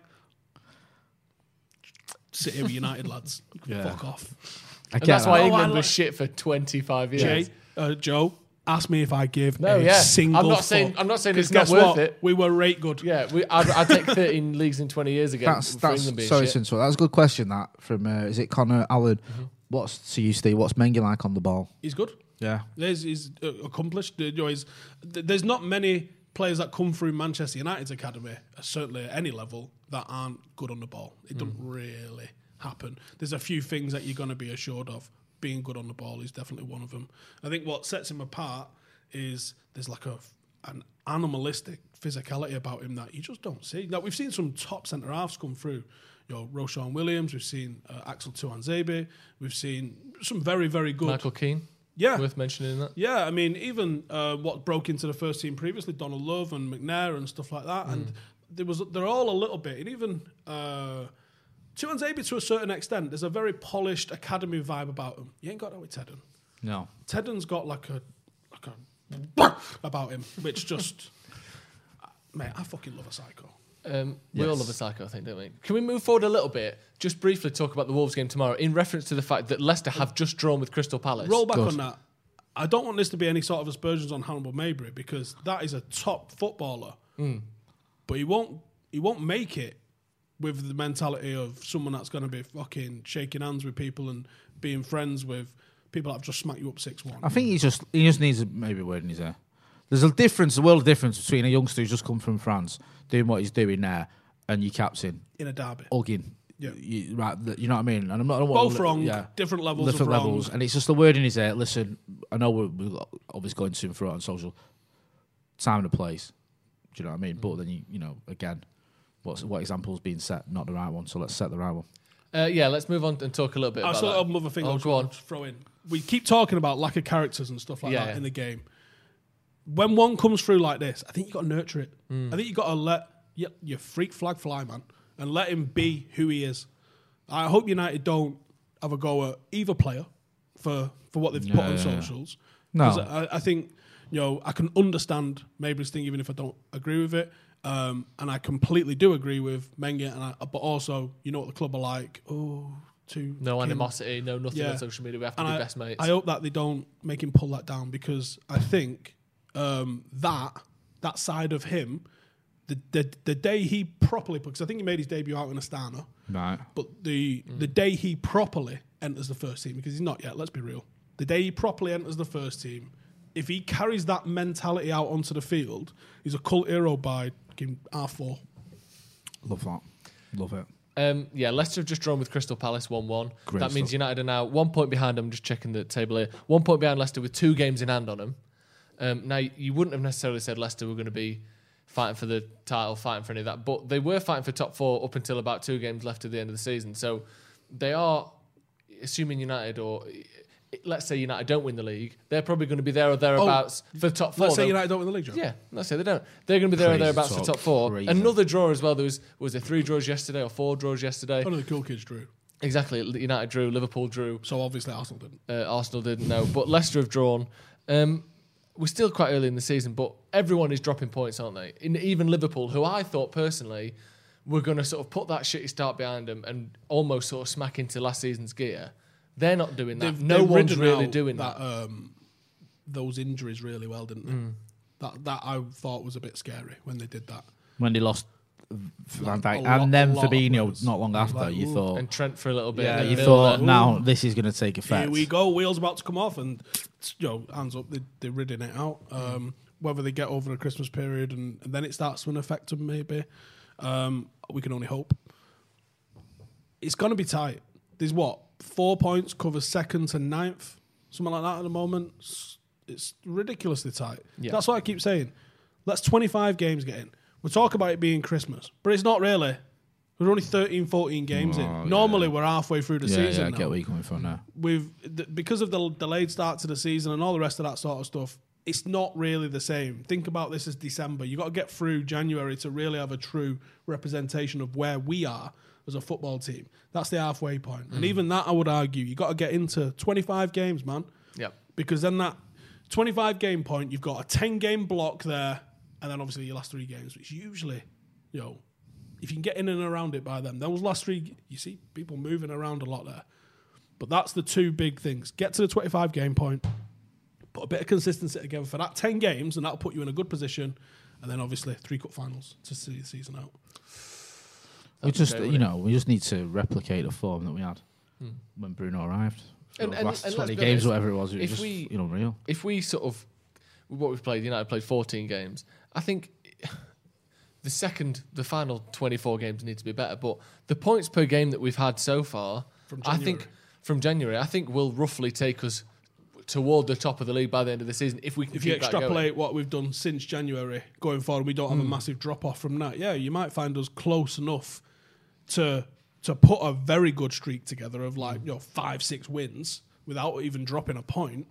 [SPEAKER 3] "Sit here, with United lads, fuck off."
[SPEAKER 6] I
[SPEAKER 4] And that's why
[SPEAKER 3] Oh, I
[SPEAKER 4] England
[SPEAKER 3] like-
[SPEAKER 4] was shit for 25 years.
[SPEAKER 3] Jay, uh, Joe, ask me if I give
[SPEAKER 4] No,
[SPEAKER 3] a
[SPEAKER 4] yeah.
[SPEAKER 3] single.
[SPEAKER 4] I'm not saying-
[SPEAKER 3] fuck.
[SPEAKER 4] I'm not saying
[SPEAKER 3] 'Cause
[SPEAKER 4] it's not
[SPEAKER 3] guess
[SPEAKER 4] worth
[SPEAKER 3] what?
[SPEAKER 4] it.
[SPEAKER 3] We were rate good.
[SPEAKER 4] Yeah, we, I'd, I'd take 13 leagues in 20 years again.
[SPEAKER 6] that's
[SPEAKER 4] for
[SPEAKER 6] that's
[SPEAKER 4] England being
[SPEAKER 6] sorry,
[SPEAKER 4] shit.
[SPEAKER 6] Sintra, That was a good question. That from uh, is it Connor Allen?
[SPEAKER 3] Mm-hmm.
[SPEAKER 6] What's to you, Steve? What's Mengi like on the ball?
[SPEAKER 3] he's good.
[SPEAKER 6] Yeah,
[SPEAKER 3] There's, he's uh, accomplished. uh, you know, he's- th- there's not many players that come through Manchester United's academy, uh, certainly at any level, that aren't good on the ball. It doesn't really happen. There's a few things that you're going to be assured of. Being good on the ball is definitely one of them. I think what sets him apart is there's like a f- an animalistic physicality about him that you just don't see. Like we've seen some top centre halves come through. You know, Roshan Williams. We've seen uh, Axel Tuanzebe. We've seen some very, very good
[SPEAKER 4] Michael Keane.
[SPEAKER 3] Yeah.
[SPEAKER 4] Worth mentioning that.
[SPEAKER 3] Yeah, I mean, even uh, what broke into the first team previously, Donald Love and McNair and stuff like that, and there was they're all a little bit, and even uh, Chuanzebe to a certain extent. There's a very polished academy vibe about him. You ain't got that with Tedden.
[SPEAKER 5] No.
[SPEAKER 3] Tedden's got like a like a about him, which just mate, I fucking love a psycho.
[SPEAKER 4] Um, We all love a psycho, I think, don't we? Can we move forward a little bit? Just briefly talk about the Wolves game tomorrow in reference to the fact that Leicester have just drawn with Crystal Palace.
[SPEAKER 3] Roll back on that. I don't want this to be any sort of aspersions on Hannibal Mabry because that is a top footballer. But he won't he won't make it with the mentality of someone that's going to be fucking shaking hands with people and being friends with people that have just smacked you up 6-1.
[SPEAKER 5] I think he just he just needs a, maybe a word in his ear. There's a difference, a world of difference between a youngster who's just come from France doing what he's doing there and your captain
[SPEAKER 3] in a derby.
[SPEAKER 5] Ugging.
[SPEAKER 3] Yeah.
[SPEAKER 5] You, right, th- you know what I mean? And I'm not I don't want
[SPEAKER 3] Both
[SPEAKER 5] to-
[SPEAKER 3] wrong, different levels of
[SPEAKER 5] Different
[SPEAKER 3] wrong.
[SPEAKER 5] levels. And it's just a word in his ear. Listen, I know we're, we're obviously going soon for it on social. Time and a place. Do you know what I mean? But then, you, you know, again, what's, what example's being set? Not the right one. So let's set the right one.
[SPEAKER 4] Uh, yeah, let's move on and talk a little bit
[SPEAKER 3] I
[SPEAKER 4] about
[SPEAKER 3] still
[SPEAKER 4] that.
[SPEAKER 3] have another thing
[SPEAKER 4] Oh,
[SPEAKER 3] I'll
[SPEAKER 4] go on.
[SPEAKER 3] throw in. We keep talking about lack of characters and stuff like
[SPEAKER 4] Yeah,
[SPEAKER 3] that
[SPEAKER 4] yeah.
[SPEAKER 3] in the game. When one comes through like this, I think you got to nurture it.
[SPEAKER 4] Hmm.
[SPEAKER 3] I think you got to let your, your freak flag fly, man, and let him be who he is. I hope United don't have a go at either player for for what they've put on
[SPEAKER 5] yeah, yeah.
[SPEAKER 3] socials.
[SPEAKER 5] No.
[SPEAKER 3] 'Cause I, I think you know I can understand Mabry's thing, even if I don't agree with it. Um, and I completely do agree with Menga, and I, but also you know what the club are like. Oh, too
[SPEAKER 4] No
[SPEAKER 3] fucking-
[SPEAKER 4] animosity, no nothing on social media. We have to
[SPEAKER 3] and
[SPEAKER 4] be
[SPEAKER 3] I,
[SPEAKER 4] best mates.
[SPEAKER 3] I hope that they don't make him pull that down because I think um, that that side of him, the, the the day he properly because I think he made his debut out in Astana,
[SPEAKER 5] Right.
[SPEAKER 3] but the
[SPEAKER 4] Mm.
[SPEAKER 3] the day he properly enters the first team because he's not yet. Let's be real. The day he properly enters the first team, if he carries that mentality out onto the field, he's a cult hero by R four.
[SPEAKER 5] Love that. Love it.
[SPEAKER 4] Um, yeah, Leicester have just drawn with Crystal Palace 1 1. That
[SPEAKER 5] Great
[SPEAKER 4] means
[SPEAKER 5] stuff.
[SPEAKER 4] United are now one point behind. I'm just checking the table here. One point behind Leicester with two games in hand on them. Um, now, you wouldn't have necessarily said Leicester were going to be fighting for the title, fighting for any of that, but they were fighting for top four up until about two games left at the end of the season. So they are, assuming United or. Let's say United don't win the league. They're probably going to be there or thereabouts for top 4
[SPEAKER 3] Oh, Let's say
[SPEAKER 4] though.
[SPEAKER 3] United don't win the league, Joe.
[SPEAKER 4] Yeah, let's say they don't. They're going to be there or
[SPEAKER 5] Crazy
[SPEAKER 4] thereabouts for
[SPEAKER 5] talk.
[SPEAKER 4] top four.
[SPEAKER 5] Crazy.
[SPEAKER 4] Another draw as well. There was was there three draws yesterday or four draws yesterday?
[SPEAKER 3] One of the cool kids drew,
[SPEAKER 4] Exactly. United drew. Liverpool drew.
[SPEAKER 3] so obviously Arsenal didn't.
[SPEAKER 4] Uh, Arsenal didn't know, but Leicester have drawn. Um, we're still quite early in the season, but everyone is dropping points, aren't they? In, even Liverpool, who I thought personally were going to sort of put that shitty start behind them and almost sort of smack into last season's gear. They're not doing that.
[SPEAKER 3] They've-
[SPEAKER 4] no
[SPEAKER 3] they've
[SPEAKER 4] one's
[SPEAKER 3] ridden
[SPEAKER 4] really
[SPEAKER 3] out
[SPEAKER 4] doing that. Mm.
[SPEAKER 3] Um, those injuries really well, didn't they? That that I thought was a bit scary when they did that.
[SPEAKER 5] When they lost
[SPEAKER 3] Like,
[SPEAKER 5] Van Dijk
[SPEAKER 3] a lot-
[SPEAKER 5] and then
[SPEAKER 3] a lot of
[SPEAKER 5] Fabinho
[SPEAKER 3] players.
[SPEAKER 5] not long after,
[SPEAKER 3] Like,
[SPEAKER 5] you
[SPEAKER 3] ooh.
[SPEAKER 5] thought.
[SPEAKER 4] and Trent for a little bit.
[SPEAKER 5] Yeah,
[SPEAKER 4] in the
[SPEAKER 5] you
[SPEAKER 4] middle
[SPEAKER 5] thought
[SPEAKER 4] there.
[SPEAKER 5] now this is going to take effect.
[SPEAKER 3] Here we go, wheels about to come off, and you know, hands up, they, they're ridding it out. Um, Whether they get over the Christmas period and, and then it starts to affect them, maybe um, we can only hope. It's going to be tight. There's what four points covers second to ninth, something like that at the moment. It's, it's ridiculously tight.
[SPEAKER 4] Yeah.
[SPEAKER 3] That's what I keep saying. That's 25 games getting. We talk about it being Christmas, but it's not really. We're only 13, 14 games in. Normally, we're halfway through the
[SPEAKER 5] Yeah,
[SPEAKER 3] season.
[SPEAKER 5] yeah, I
[SPEAKER 3] now
[SPEAKER 5] get where you're coming from now.
[SPEAKER 3] with th- because of the l- delayed start to the season and all the rest of that sort of stuff, it's not really the same. Think about this as December. You got to get through January to really have a true representation of where we are as a football team. That's the halfway point. And even that, I would argue, you got to get into 25 games, man.
[SPEAKER 4] Yep.
[SPEAKER 3] Because then that 25 game point, you've got a 10 game block there, and then obviously your last three games, which usually, you know, if you can get in and around it by then, those last three, you see people moving around a lot there. But that's the two big things. Get to the 25 game point, put a bit of consistency together for that 10 games, and that'll put you in a good position. And then obviously three cup finals to see the season out.
[SPEAKER 5] We just,
[SPEAKER 4] okay,
[SPEAKER 5] you
[SPEAKER 4] wouldn't Hmm.
[SPEAKER 5] know, we just need to replicate the form that we had when Bruno arrived.
[SPEAKER 4] And-
[SPEAKER 5] Those
[SPEAKER 4] and- and
[SPEAKER 5] last
[SPEAKER 4] let's
[SPEAKER 5] 20
[SPEAKER 4] be
[SPEAKER 5] games,
[SPEAKER 4] honest,
[SPEAKER 5] whatever it was, it
[SPEAKER 4] if
[SPEAKER 5] was just,
[SPEAKER 4] we-
[SPEAKER 5] you know, real.
[SPEAKER 4] if we sort of what we've played, United played 14 games. I think the second, the final 24 games need to be better. But the points per game that we've had so far,
[SPEAKER 3] From
[SPEAKER 4] I think
[SPEAKER 3] January.
[SPEAKER 4] from January, I think will roughly take us toward the top of the league by the end of the season if we can
[SPEAKER 3] If
[SPEAKER 4] keep
[SPEAKER 3] you
[SPEAKER 4] that going. Hmm.
[SPEAKER 3] extrapolate what we've done since January going forward, we don't have a massive drop off from that. Yeah, you might find us close enough to to put a
[SPEAKER 4] Hmm.
[SPEAKER 3] very good streak together of like you know five six wins without even dropping a point.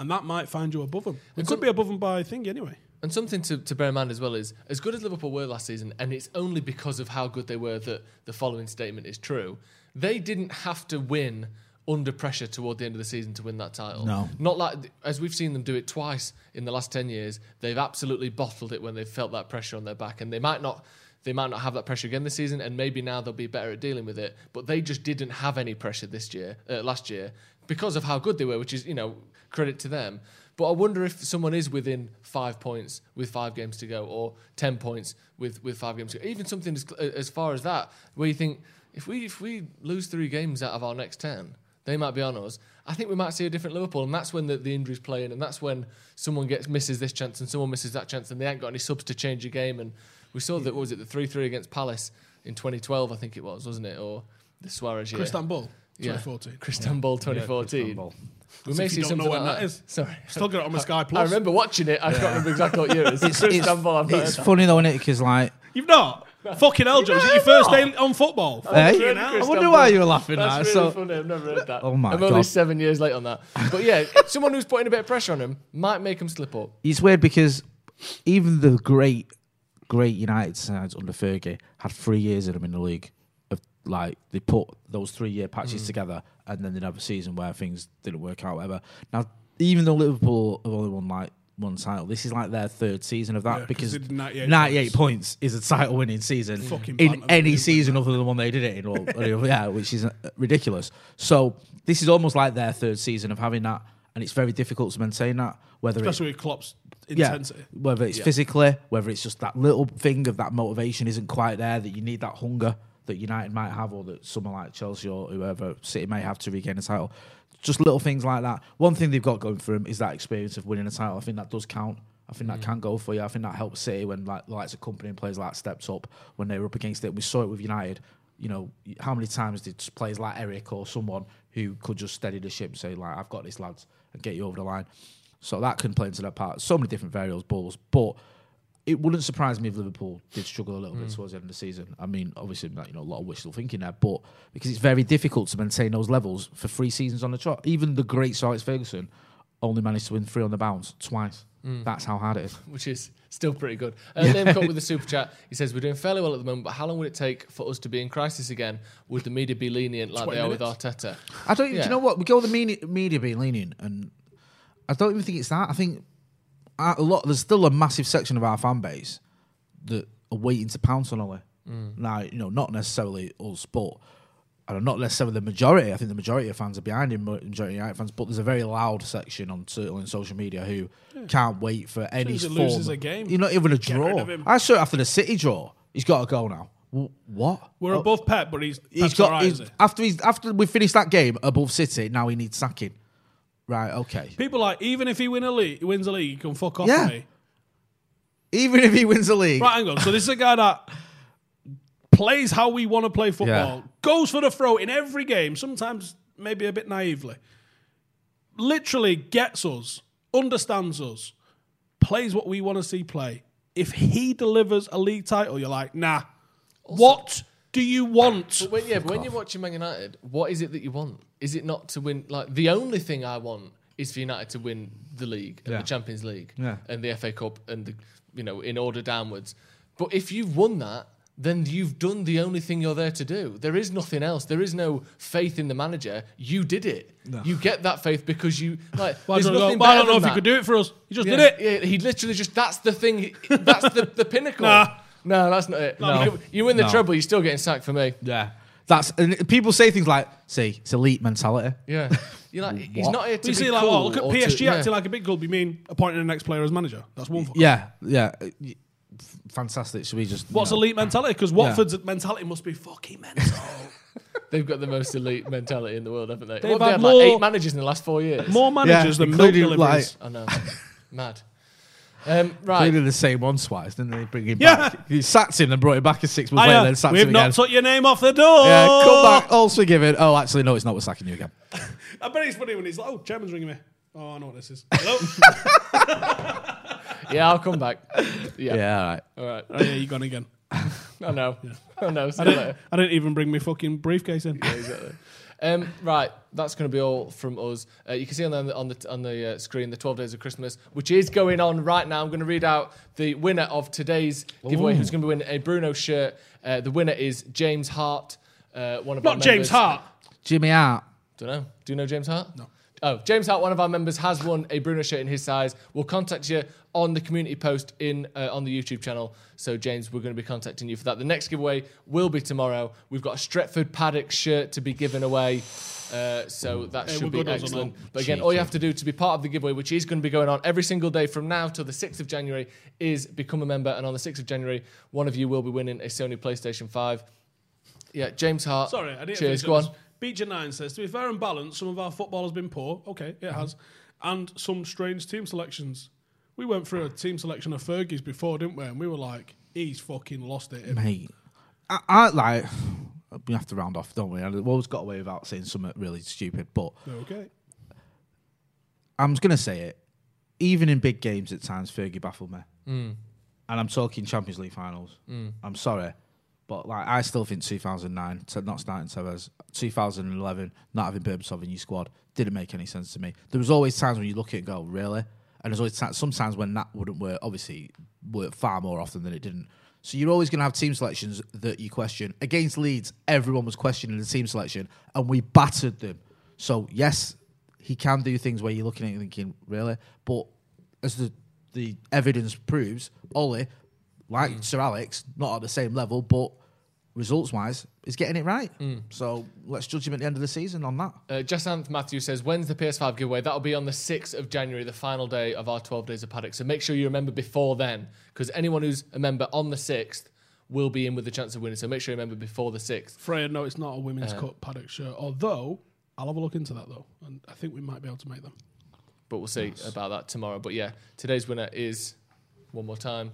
[SPEAKER 3] and that might find you above them. It
[SPEAKER 4] And
[SPEAKER 3] could
[SPEAKER 4] some-
[SPEAKER 3] be above them by thing anyway.
[SPEAKER 4] And something to, to bear in mind as well is as good as Liverpool were last season, and it's only because of how good they were that the following statement is true. They didn't have to win under pressure toward the end of the season to win that title.
[SPEAKER 7] No.
[SPEAKER 4] Not like as we've seen them do it twice in the last ten years, they've absolutely bottled it when they've felt that pressure on their back. And they might not they might not have that pressure again this season, and maybe now they'll be better at dealing with it. But they just didn't have any pressure this year, uh, last year, because of how good they were, which is you know credit to them. But I wonder if someone is within five points with five games to go, or ten points with with five games to go. Even something as, as far as that, where you think if we if we lose three games out of our next ten, they might be on us. I think we might see a different Liverpool, and that's when the, the injuries play in, and that's when someone gets misses this chance and someone misses that chance, and they ain't got any subs to change a game. And we saw that what was it the three three against Palace in 2012, I think it was, wasn't it, or the Suarez year?
[SPEAKER 3] Christian Bull, 2014.
[SPEAKER 4] Christian Ball 2014. We
[SPEAKER 3] As
[SPEAKER 4] may
[SPEAKER 3] if
[SPEAKER 4] see
[SPEAKER 3] you don't
[SPEAKER 4] something
[SPEAKER 3] know when
[SPEAKER 4] like
[SPEAKER 3] that is.
[SPEAKER 4] Sorry,
[SPEAKER 3] Still got it on my
[SPEAKER 4] I-
[SPEAKER 3] Sky
[SPEAKER 4] I
[SPEAKER 3] Plus.
[SPEAKER 4] remember watching it. I can't remember exactly what year it is. It's, Christian Ball. I've not
[SPEAKER 6] It's
[SPEAKER 4] heard that.
[SPEAKER 6] funny though, is it? Because like,
[SPEAKER 3] You've not? Fucking hell, Joe. Is it your first day on football?
[SPEAKER 6] eh?
[SPEAKER 4] really
[SPEAKER 6] I
[SPEAKER 4] Chris
[SPEAKER 6] wonder
[SPEAKER 4] Dunbar.
[SPEAKER 6] why you were laughing at.
[SPEAKER 4] That's
[SPEAKER 6] that.
[SPEAKER 4] really
[SPEAKER 6] so,
[SPEAKER 4] funny. I've never heard that.
[SPEAKER 6] Oh my
[SPEAKER 4] I'm only
[SPEAKER 6] God.
[SPEAKER 4] seven years late on that. But yeah, someone who's putting a bit of pressure on him might make him slip up.
[SPEAKER 6] it's weird because even the great, great United sides under Fergie had three years in them in the league. Of like they put those three year patches
[SPEAKER 3] Mm.
[SPEAKER 6] together, and then they'd have a season where things didn't work out. Whatever. Now, even though Liverpool have only won like one title, this is like their third season of that
[SPEAKER 3] Yeah, 'cause
[SPEAKER 6] because
[SPEAKER 3] they did 98
[SPEAKER 6] ninety eight points is a title winning season
[SPEAKER 3] Fucking
[SPEAKER 6] in
[SPEAKER 3] banter, isn't
[SPEAKER 6] any
[SPEAKER 3] it?
[SPEAKER 6] season other than the one they did it in, or, or- yeah, which is uh, ridiculous. So this is almost like their third season of having that, and it's very difficult to maintain that. Whether it's
[SPEAKER 3] Especially with Klopp's intensity.
[SPEAKER 6] yeah, whether it's physically, whether it's just that little thing of that motivation isn't quite there, that you need that hunger that United might have, or that someone like Chelsea or whoever City may have to regain a title. Just little things like that. One thing they've got going for them is that experience of winning a title. I think that does count. I think that can go for you. I think that helps City when like the likes of company and players like steps up when they were up against it. We saw it with United. You know, how many times did players like Eric or someone who could just steady the ship say like, "I've got this, lads," and get you over the line. So that can play into that part. So many different variables, balls. But it wouldn't surprise me if Liverpool did struggle a little bit towards the end of the season. I mean, obviously, like, you know, a lot of wishful thinking there, but because it's very difficult to maintain those levels for three seasons on the trot. Even the great Sir Alex Ferguson only managed to win three on the bounce twice. That's how hard it is.
[SPEAKER 4] which is still pretty good. Uh, Liam Cook with the super chat. He says we're doing fairly well at the moment, but how long would it take for us to be in crisis again? Would the media be lenient like they are with Arteta?
[SPEAKER 6] I don't. even Do
[SPEAKER 4] Yeah.
[SPEAKER 6] you know what? We go with the media, media being lenient, and I don't even think it's that. I think uh, a lot. There's still a massive section of our fan base that are waiting to pounce on Ole.
[SPEAKER 3] Mm.
[SPEAKER 6] Now, you know, not necessarily us, but and not necessarily the majority. I think the majority of fans are behind him, but majority of United fans. But there's a very loud section on certainly on social media who can't wait for any
[SPEAKER 3] as he
[SPEAKER 6] form.
[SPEAKER 3] loses a game,
[SPEAKER 6] You're not even a
[SPEAKER 3] rid
[SPEAKER 6] draw.
[SPEAKER 3] of him.
[SPEAKER 6] I saw it after the City draw. He's got to go now. Wh- What?
[SPEAKER 3] We're
[SPEAKER 6] Oh.
[SPEAKER 3] above Pep, but he's,
[SPEAKER 6] He's
[SPEAKER 3] Pep's
[SPEAKER 6] got
[SPEAKER 3] all right,
[SPEAKER 6] he's-
[SPEAKER 3] is he?
[SPEAKER 6] after he's after we finish that game above City. Now he needs sacking. Right. Okay.
[SPEAKER 3] People like, even if he win a league, wins a league, he can fuck off
[SPEAKER 6] Yeah.
[SPEAKER 3] me.
[SPEAKER 6] Even if he wins the league,
[SPEAKER 3] Right, hang on. So this is a guy that plays how we want to play football,
[SPEAKER 6] Yeah.
[SPEAKER 3] goes for the throat in every game, sometimes maybe a bit naively. Literally gets us, understands us, plays what we want to see play. If he delivers a league title, you're like, nah. what do you want?
[SPEAKER 4] But when, yeah, but when you're watching Man United, what is it that you want? Is it not to win? Like the only thing I want is for United to win the league and
[SPEAKER 6] Yeah.
[SPEAKER 4] the Champions League
[SPEAKER 6] Yeah.
[SPEAKER 4] and the FA Cup and the you know in order downwards. But if you've won that, then you've done the only thing you're there to do. There is nothing else. There is no faith in the manager. You did it. You get that faith because you like.
[SPEAKER 3] I
[SPEAKER 4] there's
[SPEAKER 3] don't, know,
[SPEAKER 4] nothing
[SPEAKER 3] But I
[SPEAKER 4] better
[SPEAKER 3] don't know if
[SPEAKER 4] than
[SPEAKER 3] he
[SPEAKER 4] that.
[SPEAKER 3] could do it for us. He just
[SPEAKER 4] Yeah,
[SPEAKER 3] did it.
[SPEAKER 4] Yeah, he literally just that's the thing. That's the, the pinnacle.
[SPEAKER 3] Nah.
[SPEAKER 4] No, that's not it.
[SPEAKER 6] No.
[SPEAKER 4] You, you win the
[SPEAKER 6] No.
[SPEAKER 4] treble, you're still getting sacked for me.
[SPEAKER 6] Yeah. That's and people say things like, "See, it's elite mentality."
[SPEAKER 4] Yeah, you're like he's
[SPEAKER 6] What?
[SPEAKER 4] not here to
[SPEAKER 3] You
[SPEAKER 4] be
[SPEAKER 3] see,
[SPEAKER 4] cool.
[SPEAKER 3] like, oh, look at
[SPEAKER 4] or
[SPEAKER 3] PSG
[SPEAKER 4] to, yeah.
[SPEAKER 3] acting like a big club. You mean appointing the next player as manager? That's one. fuck off.
[SPEAKER 6] Yeah. Yeah. Uh, y- f- Fantastic. Should we just? you
[SPEAKER 3] What's
[SPEAKER 6] know-
[SPEAKER 3] elite mentality? Because Watford's mentality must be fucking mental.
[SPEAKER 4] they've got the most elite mentality in the world, haven't they?
[SPEAKER 3] They've
[SPEAKER 4] What, they
[SPEAKER 3] had
[SPEAKER 4] had like
[SPEAKER 3] more-
[SPEAKER 4] eight managers in the last four years.
[SPEAKER 3] More managers than milk
[SPEAKER 6] including,
[SPEAKER 3] deliveries.
[SPEAKER 6] like-
[SPEAKER 4] I know, mad. Um,
[SPEAKER 6] They
[SPEAKER 4] right,
[SPEAKER 6] did the same one twice, didn't they? Bring him
[SPEAKER 3] Yeah.
[SPEAKER 6] back. He sacked him and brought him back a six months
[SPEAKER 3] Hiya,
[SPEAKER 6] later, then sacked
[SPEAKER 3] we've
[SPEAKER 6] him
[SPEAKER 3] not
[SPEAKER 6] again.
[SPEAKER 3] took your name off the door.
[SPEAKER 6] yeah, come back. Also given. Oh, actually, no, it's not. We're sacking you again.
[SPEAKER 3] I bet it's funny when he's like, "Oh, chairman's ringing me." Oh, I know what this is. Hello.
[SPEAKER 4] yeah, I'll come back. Yeah,
[SPEAKER 6] Yeah. All right.
[SPEAKER 4] all right.
[SPEAKER 3] oh, yeah, you gone again.
[SPEAKER 4] I know. I know. See
[SPEAKER 3] I
[SPEAKER 4] you
[SPEAKER 3] didn't,
[SPEAKER 4] later.
[SPEAKER 3] I didn't even bring my fucking briefcase in.
[SPEAKER 4] Exactly. Um, right, that's going to be all from us. Uh, you can see on the on the on the uh, screen the twelve days of Christmas, which is going on right now. I'm going to read out the winner of today's giveaway, who's going to be winning a Bruno shirt. Uh, the winner is James Hart, uh, one of our
[SPEAKER 3] Not James
[SPEAKER 4] members.
[SPEAKER 3] Hart.
[SPEAKER 5] Jimmy out.
[SPEAKER 4] Don't know. Do you know James Hart? No. Oh, James Hart, one of our members, has won a Bruno shirt in his size. We'll contact you on the community post in uh, on the YouTube channel. So, James, we're going to be contacting you for that. The next giveaway will be tomorrow. We've got a Stretford Paddock shirt to be given away. Uh, so that should
[SPEAKER 3] we've
[SPEAKER 4] be
[SPEAKER 3] got those on
[SPEAKER 4] excellent.
[SPEAKER 3] all.
[SPEAKER 4] But again, all you have to do to be part of the giveaway, which is going to be going on every single day from now till the 6th of January, is become a member. And on the 6th of January, one of you will be winning a Sony PlayStation 5. Yeah, James Hart.
[SPEAKER 3] Sorry, I didn't.
[SPEAKER 4] Cheers.
[SPEAKER 3] finish
[SPEAKER 4] Go on.
[SPEAKER 3] this. Beecher Nine says to be fair and balanced, some of our football has been poor. Okay, it has, and some strange team selections. We went through a team selection of Fergie's before, didn't we? And we were like, he's fucking lost it.
[SPEAKER 5] Mate,
[SPEAKER 6] I, I like. We have to round off, don't we? I always got away without saying something really stupid, but
[SPEAKER 3] Okay.
[SPEAKER 6] I'm just gonna say it. Even in big games, at times Fergie baffled me, and I'm talking Champions League finals. I'm sorry, but like I still think 2009, t- not starting Tevez, 2011, not having Berbatov in your squad didn't make any sense to me. There was always times when you look at it and go, really, and there's always ti- sometimes when that wouldn't work. Obviously, worked far more often than it didn't. So you're always going to have team selections that you question. Against Leeds, everyone was questioning the team selection, and we battered them. So yes, he can do things where you're looking at it and thinking, really? But as the the evidence proves, Ollie, like Sir Alex, not at the same level, but results wise, is getting it right. So let's judge him at the end of the season on that.
[SPEAKER 4] Uh, Jasanth Matthew says, when's the PS5 giveaway? That'll be on the 6th of January, the final day of our 12 Days of Paddock. So make sure you remember before then, because anyone who's a member on the 6th will be in with the chance of winning. So make sure you remember before the 6th.
[SPEAKER 3] Freya, no, it's not a women's cut paddock shirt. Although I'll have a look into that though, and I think we might be able to make them.
[SPEAKER 4] But we'll see about that tomorrow. But yeah, today's winner is, one more time,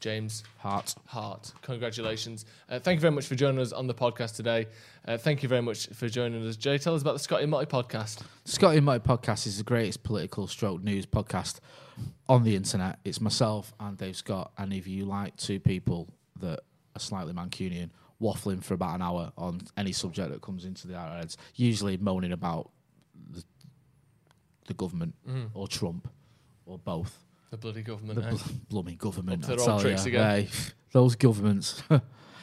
[SPEAKER 4] James
[SPEAKER 6] Heart.
[SPEAKER 4] Hart. Congratulations. Uh, thank you very much for joining us on the podcast today. Uh, thank you very much for joining us. Jay, tell us about the Scotty Motti podcast.
[SPEAKER 6] Scotty Muddy podcast is the greatest political stroke news podcast on the internet. It's myself and Dave Scott. And if you like two people that are slightly Mancunian waffling for about an hour on any subject that comes into their heads, usually moaning about the, the government or Trump or both.
[SPEAKER 4] The bloody government. eh?
[SPEAKER 6] blooming government.
[SPEAKER 4] Up to
[SPEAKER 6] I
[SPEAKER 4] their
[SPEAKER 6] tell
[SPEAKER 4] old tricks
[SPEAKER 6] you,
[SPEAKER 4] again.
[SPEAKER 6] eh, those governments.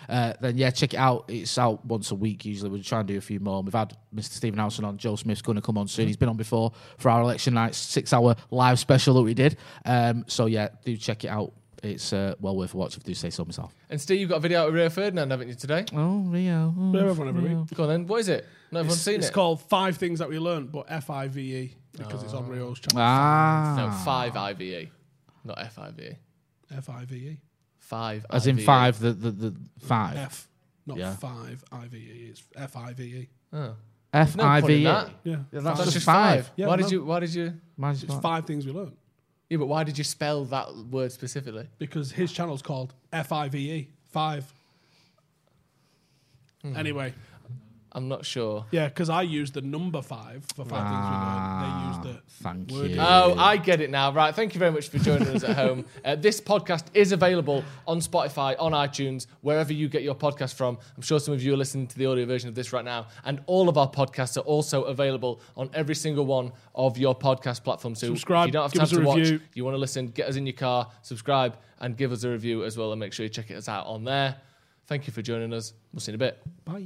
[SPEAKER 6] Uh, then yeah, check it out. It's out once a week usually. We'll try and do a few more. We've had Mr. Stephen Howson on. Joe Smith's going to come on soon. He's been on before for our election night six-hour live special that we did. Um, so yeah, do check it out. It's uh, well worth a watch if I do say so myself.
[SPEAKER 4] And Steve, you've got a video out of Rio Ferdinand, haven't you, today?
[SPEAKER 6] Oh Rio, oh,
[SPEAKER 3] They're everyone every week.
[SPEAKER 4] Go on then. What is it? No one's
[SPEAKER 3] It's,
[SPEAKER 4] seen
[SPEAKER 3] it's
[SPEAKER 4] it.
[SPEAKER 3] called Five Things That We Learned, but F I V E because it's on Rio's channel.
[SPEAKER 6] ah,
[SPEAKER 4] no, five IVE, not FIVE.
[SPEAKER 3] F I V E.
[SPEAKER 4] E. Five. E.
[SPEAKER 6] as in
[SPEAKER 4] IVE.
[SPEAKER 6] five, the the, the five.
[SPEAKER 3] F, not
[SPEAKER 6] Yeah.
[SPEAKER 3] five I V E. It's F I V E.
[SPEAKER 4] Oh.
[SPEAKER 6] F
[SPEAKER 4] No
[SPEAKER 6] I
[SPEAKER 4] point in
[SPEAKER 6] V E.
[SPEAKER 4] that.
[SPEAKER 3] Yeah.
[SPEAKER 6] That's
[SPEAKER 3] Five-
[SPEAKER 6] just five.
[SPEAKER 3] Yeah,
[SPEAKER 4] why
[SPEAKER 3] I
[SPEAKER 4] did
[SPEAKER 3] know.
[SPEAKER 4] you? Why did you?
[SPEAKER 6] Mine's
[SPEAKER 3] It's
[SPEAKER 6] not.
[SPEAKER 3] five things we learned
[SPEAKER 4] Yeah, but why did you spell that word specifically?
[SPEAKER 3] because his channel's called F I V E five. Anyway,
[SPEAKER 4] I'm not sure.
[SPEAKER 3] yeah, because I used the number five for five things we learned. They used the
[SPEAKER 6] Ah, Thank
[SPEAKER 3] Word.
[SPEAKER 6] you.
[SPEAKER 4] Oh, I get it now. Right. Thank you very much for joining us at home. Uh, this podcast is available on Spotify, on iTunes, wherever you get your podcast from. I'm sure some of you are listening to the audio version of this right now. And all of our podcasts are also available on every single one of your podcast platforms. So
[SPEAKER 3] Subscribe,
[SPEAKER 4] if you don't have
[SPEAKER 3] give
[SPEAKER 4] time
[SPEAKER 3] us a
[SPEAKER 4] to watch,
[SPEAKER 3] review.
[SPEAKER 4] you want to listen, get us in your car, subscribe, and give us a review as well. And make sure you check us out on there. Thank you for joining us. We'll see you in a bit.
[SPEAKER 3] bye.